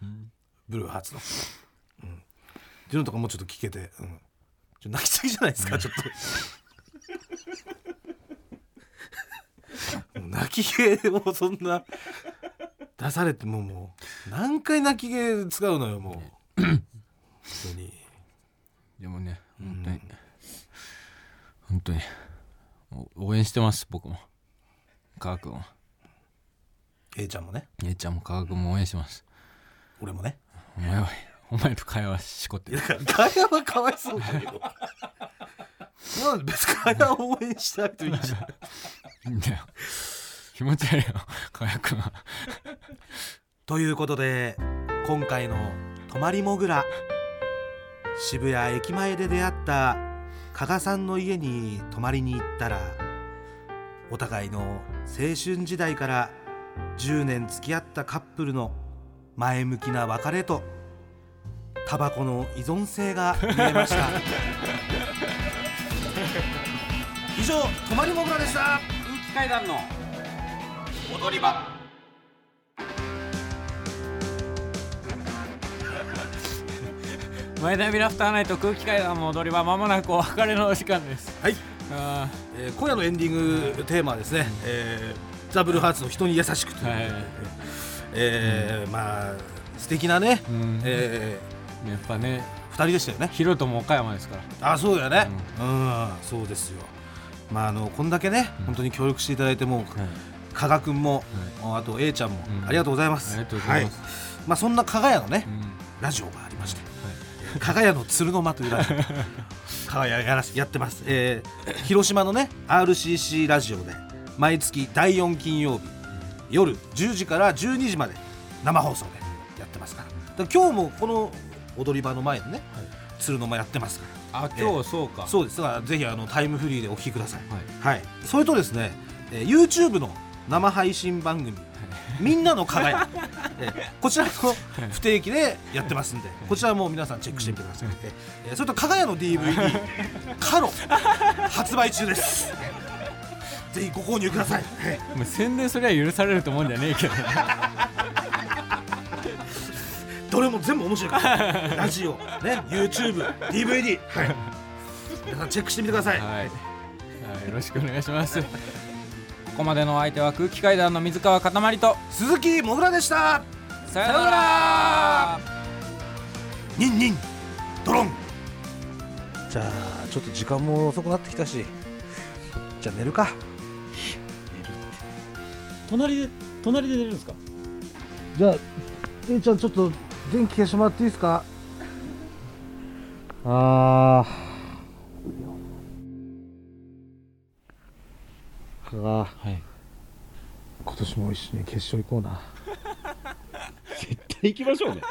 Speaker 2: ブルーハーツの。うん、っていうのとかもうちょっと聞けて、うん、ちょ泣きすぎじゃないですか、ちょっと。もう 泣き芸をそんな出されてもうもう何回泣き芸使うのよもう本当に。
Speaker 1: でもね本当に、本当にお応援してます僕も加賀君は
Speaker 2: A ちゃんもね
Speaker 1: 姉ちゃんも加賀君も応援してます
Speaker 2: 俺もね
Speaker 1: お前はお前と会話しこってる
Speaker 2: ガヤはかわいそうだけどなんで別にガヤを応援しなくていいじゃん
Speaker 1: いいんだ よ気持ち悪いよ加賀君は
Speaker 2: ということで今回の「泊まりもぐら」渋谷駅前で出会った加賀さんの家に泊まりに行ったらお互いの青春時代から10年付き合ったカップルの前向きな別れとタバコの依存性が見えました以上「泊まりもぐら」でした
Speaker 1: 前田ビラフターナイト空気階段の踊り場まもなくお別れのお時間です
Speaker 2: はい
Speaker 1: あ
Speaker 2: えー今夜のエンディングテーマはですね、えーザ・ブルーハーツの人に優しくと
Speaker 1: あ
Speaker 2: いう、
Speaker 1: はい、
Speaker 2: えーまあ素敵なね、
Speaker 1: うん
Speaker 2: え
Speaker 1: やっぱね
Speaker 2: ー、2人でしたよね
Speaker 1: ヒロトも岡山ですから
Speaker 2: あそうだよねうん、そうですよまああのこんだけね、本当に協力していただいてもう、加賀君も、あと A ちゃんも、
Speaker 1: うん
Speaker 2: ありがとうございます
Speaker 1: ありがとうございます
Speaker 2: はいまあ、そんな加賀屋のね、
Speaker 1: うん
Speaker 2: ラジオがありまして、加賀屋の鶴の間というラジオ加賀屋やらしやってます、えー広島のね RCC ラジオで毎月第4金曜日夜10時から12時まで生放送でやってますからだから今日もこの踊り場の前でね、鶴の間やってますから
Speaker 1: あ
Speaker 2: えー
Speaker 1: 今日そうか、
Speaker 2: そうですだからぜひあのタイムフリーでお聞きください、
Speaker 1: はい
Speaker 2: はいそれとですね、えー YouTube の生配信番組「みんなの 輝き」えーこちらの不定期でやってますんでこちらも皆さんチェックしてみてください、えーそれと輝の DVD「カロ」発売中ですぜひご購入ください、はい
Speaker 1: もう宣伝そりゃ許されると思うんじゃねえけど
Speaker 2: どれも全部面白い からラジオ、ね、YouTubeDVD、はい、皆さんチェックしてみてください
Speaker 1: はい、はい、よろしくお願いします。ここまでのお相手は空気階段の水川かたまりと
Speaker 6: 鈴木もぐらでした
Speaker 1: さ
Speaker 6: よならニンニンドロン
Speaker 2: じゃあちょっと時間も遅くなってきたしじゃあ寝るか
Speaker 7: 隣で隣で寝るんですか
Speaker 2: じゃあえいちゃんちょっと電気消してもらっていいですかあーあー
Speaker 7: はい
Speaker 2: 今年も一緒に決勝行こうな
Speaker 7: 絶対行きましょうね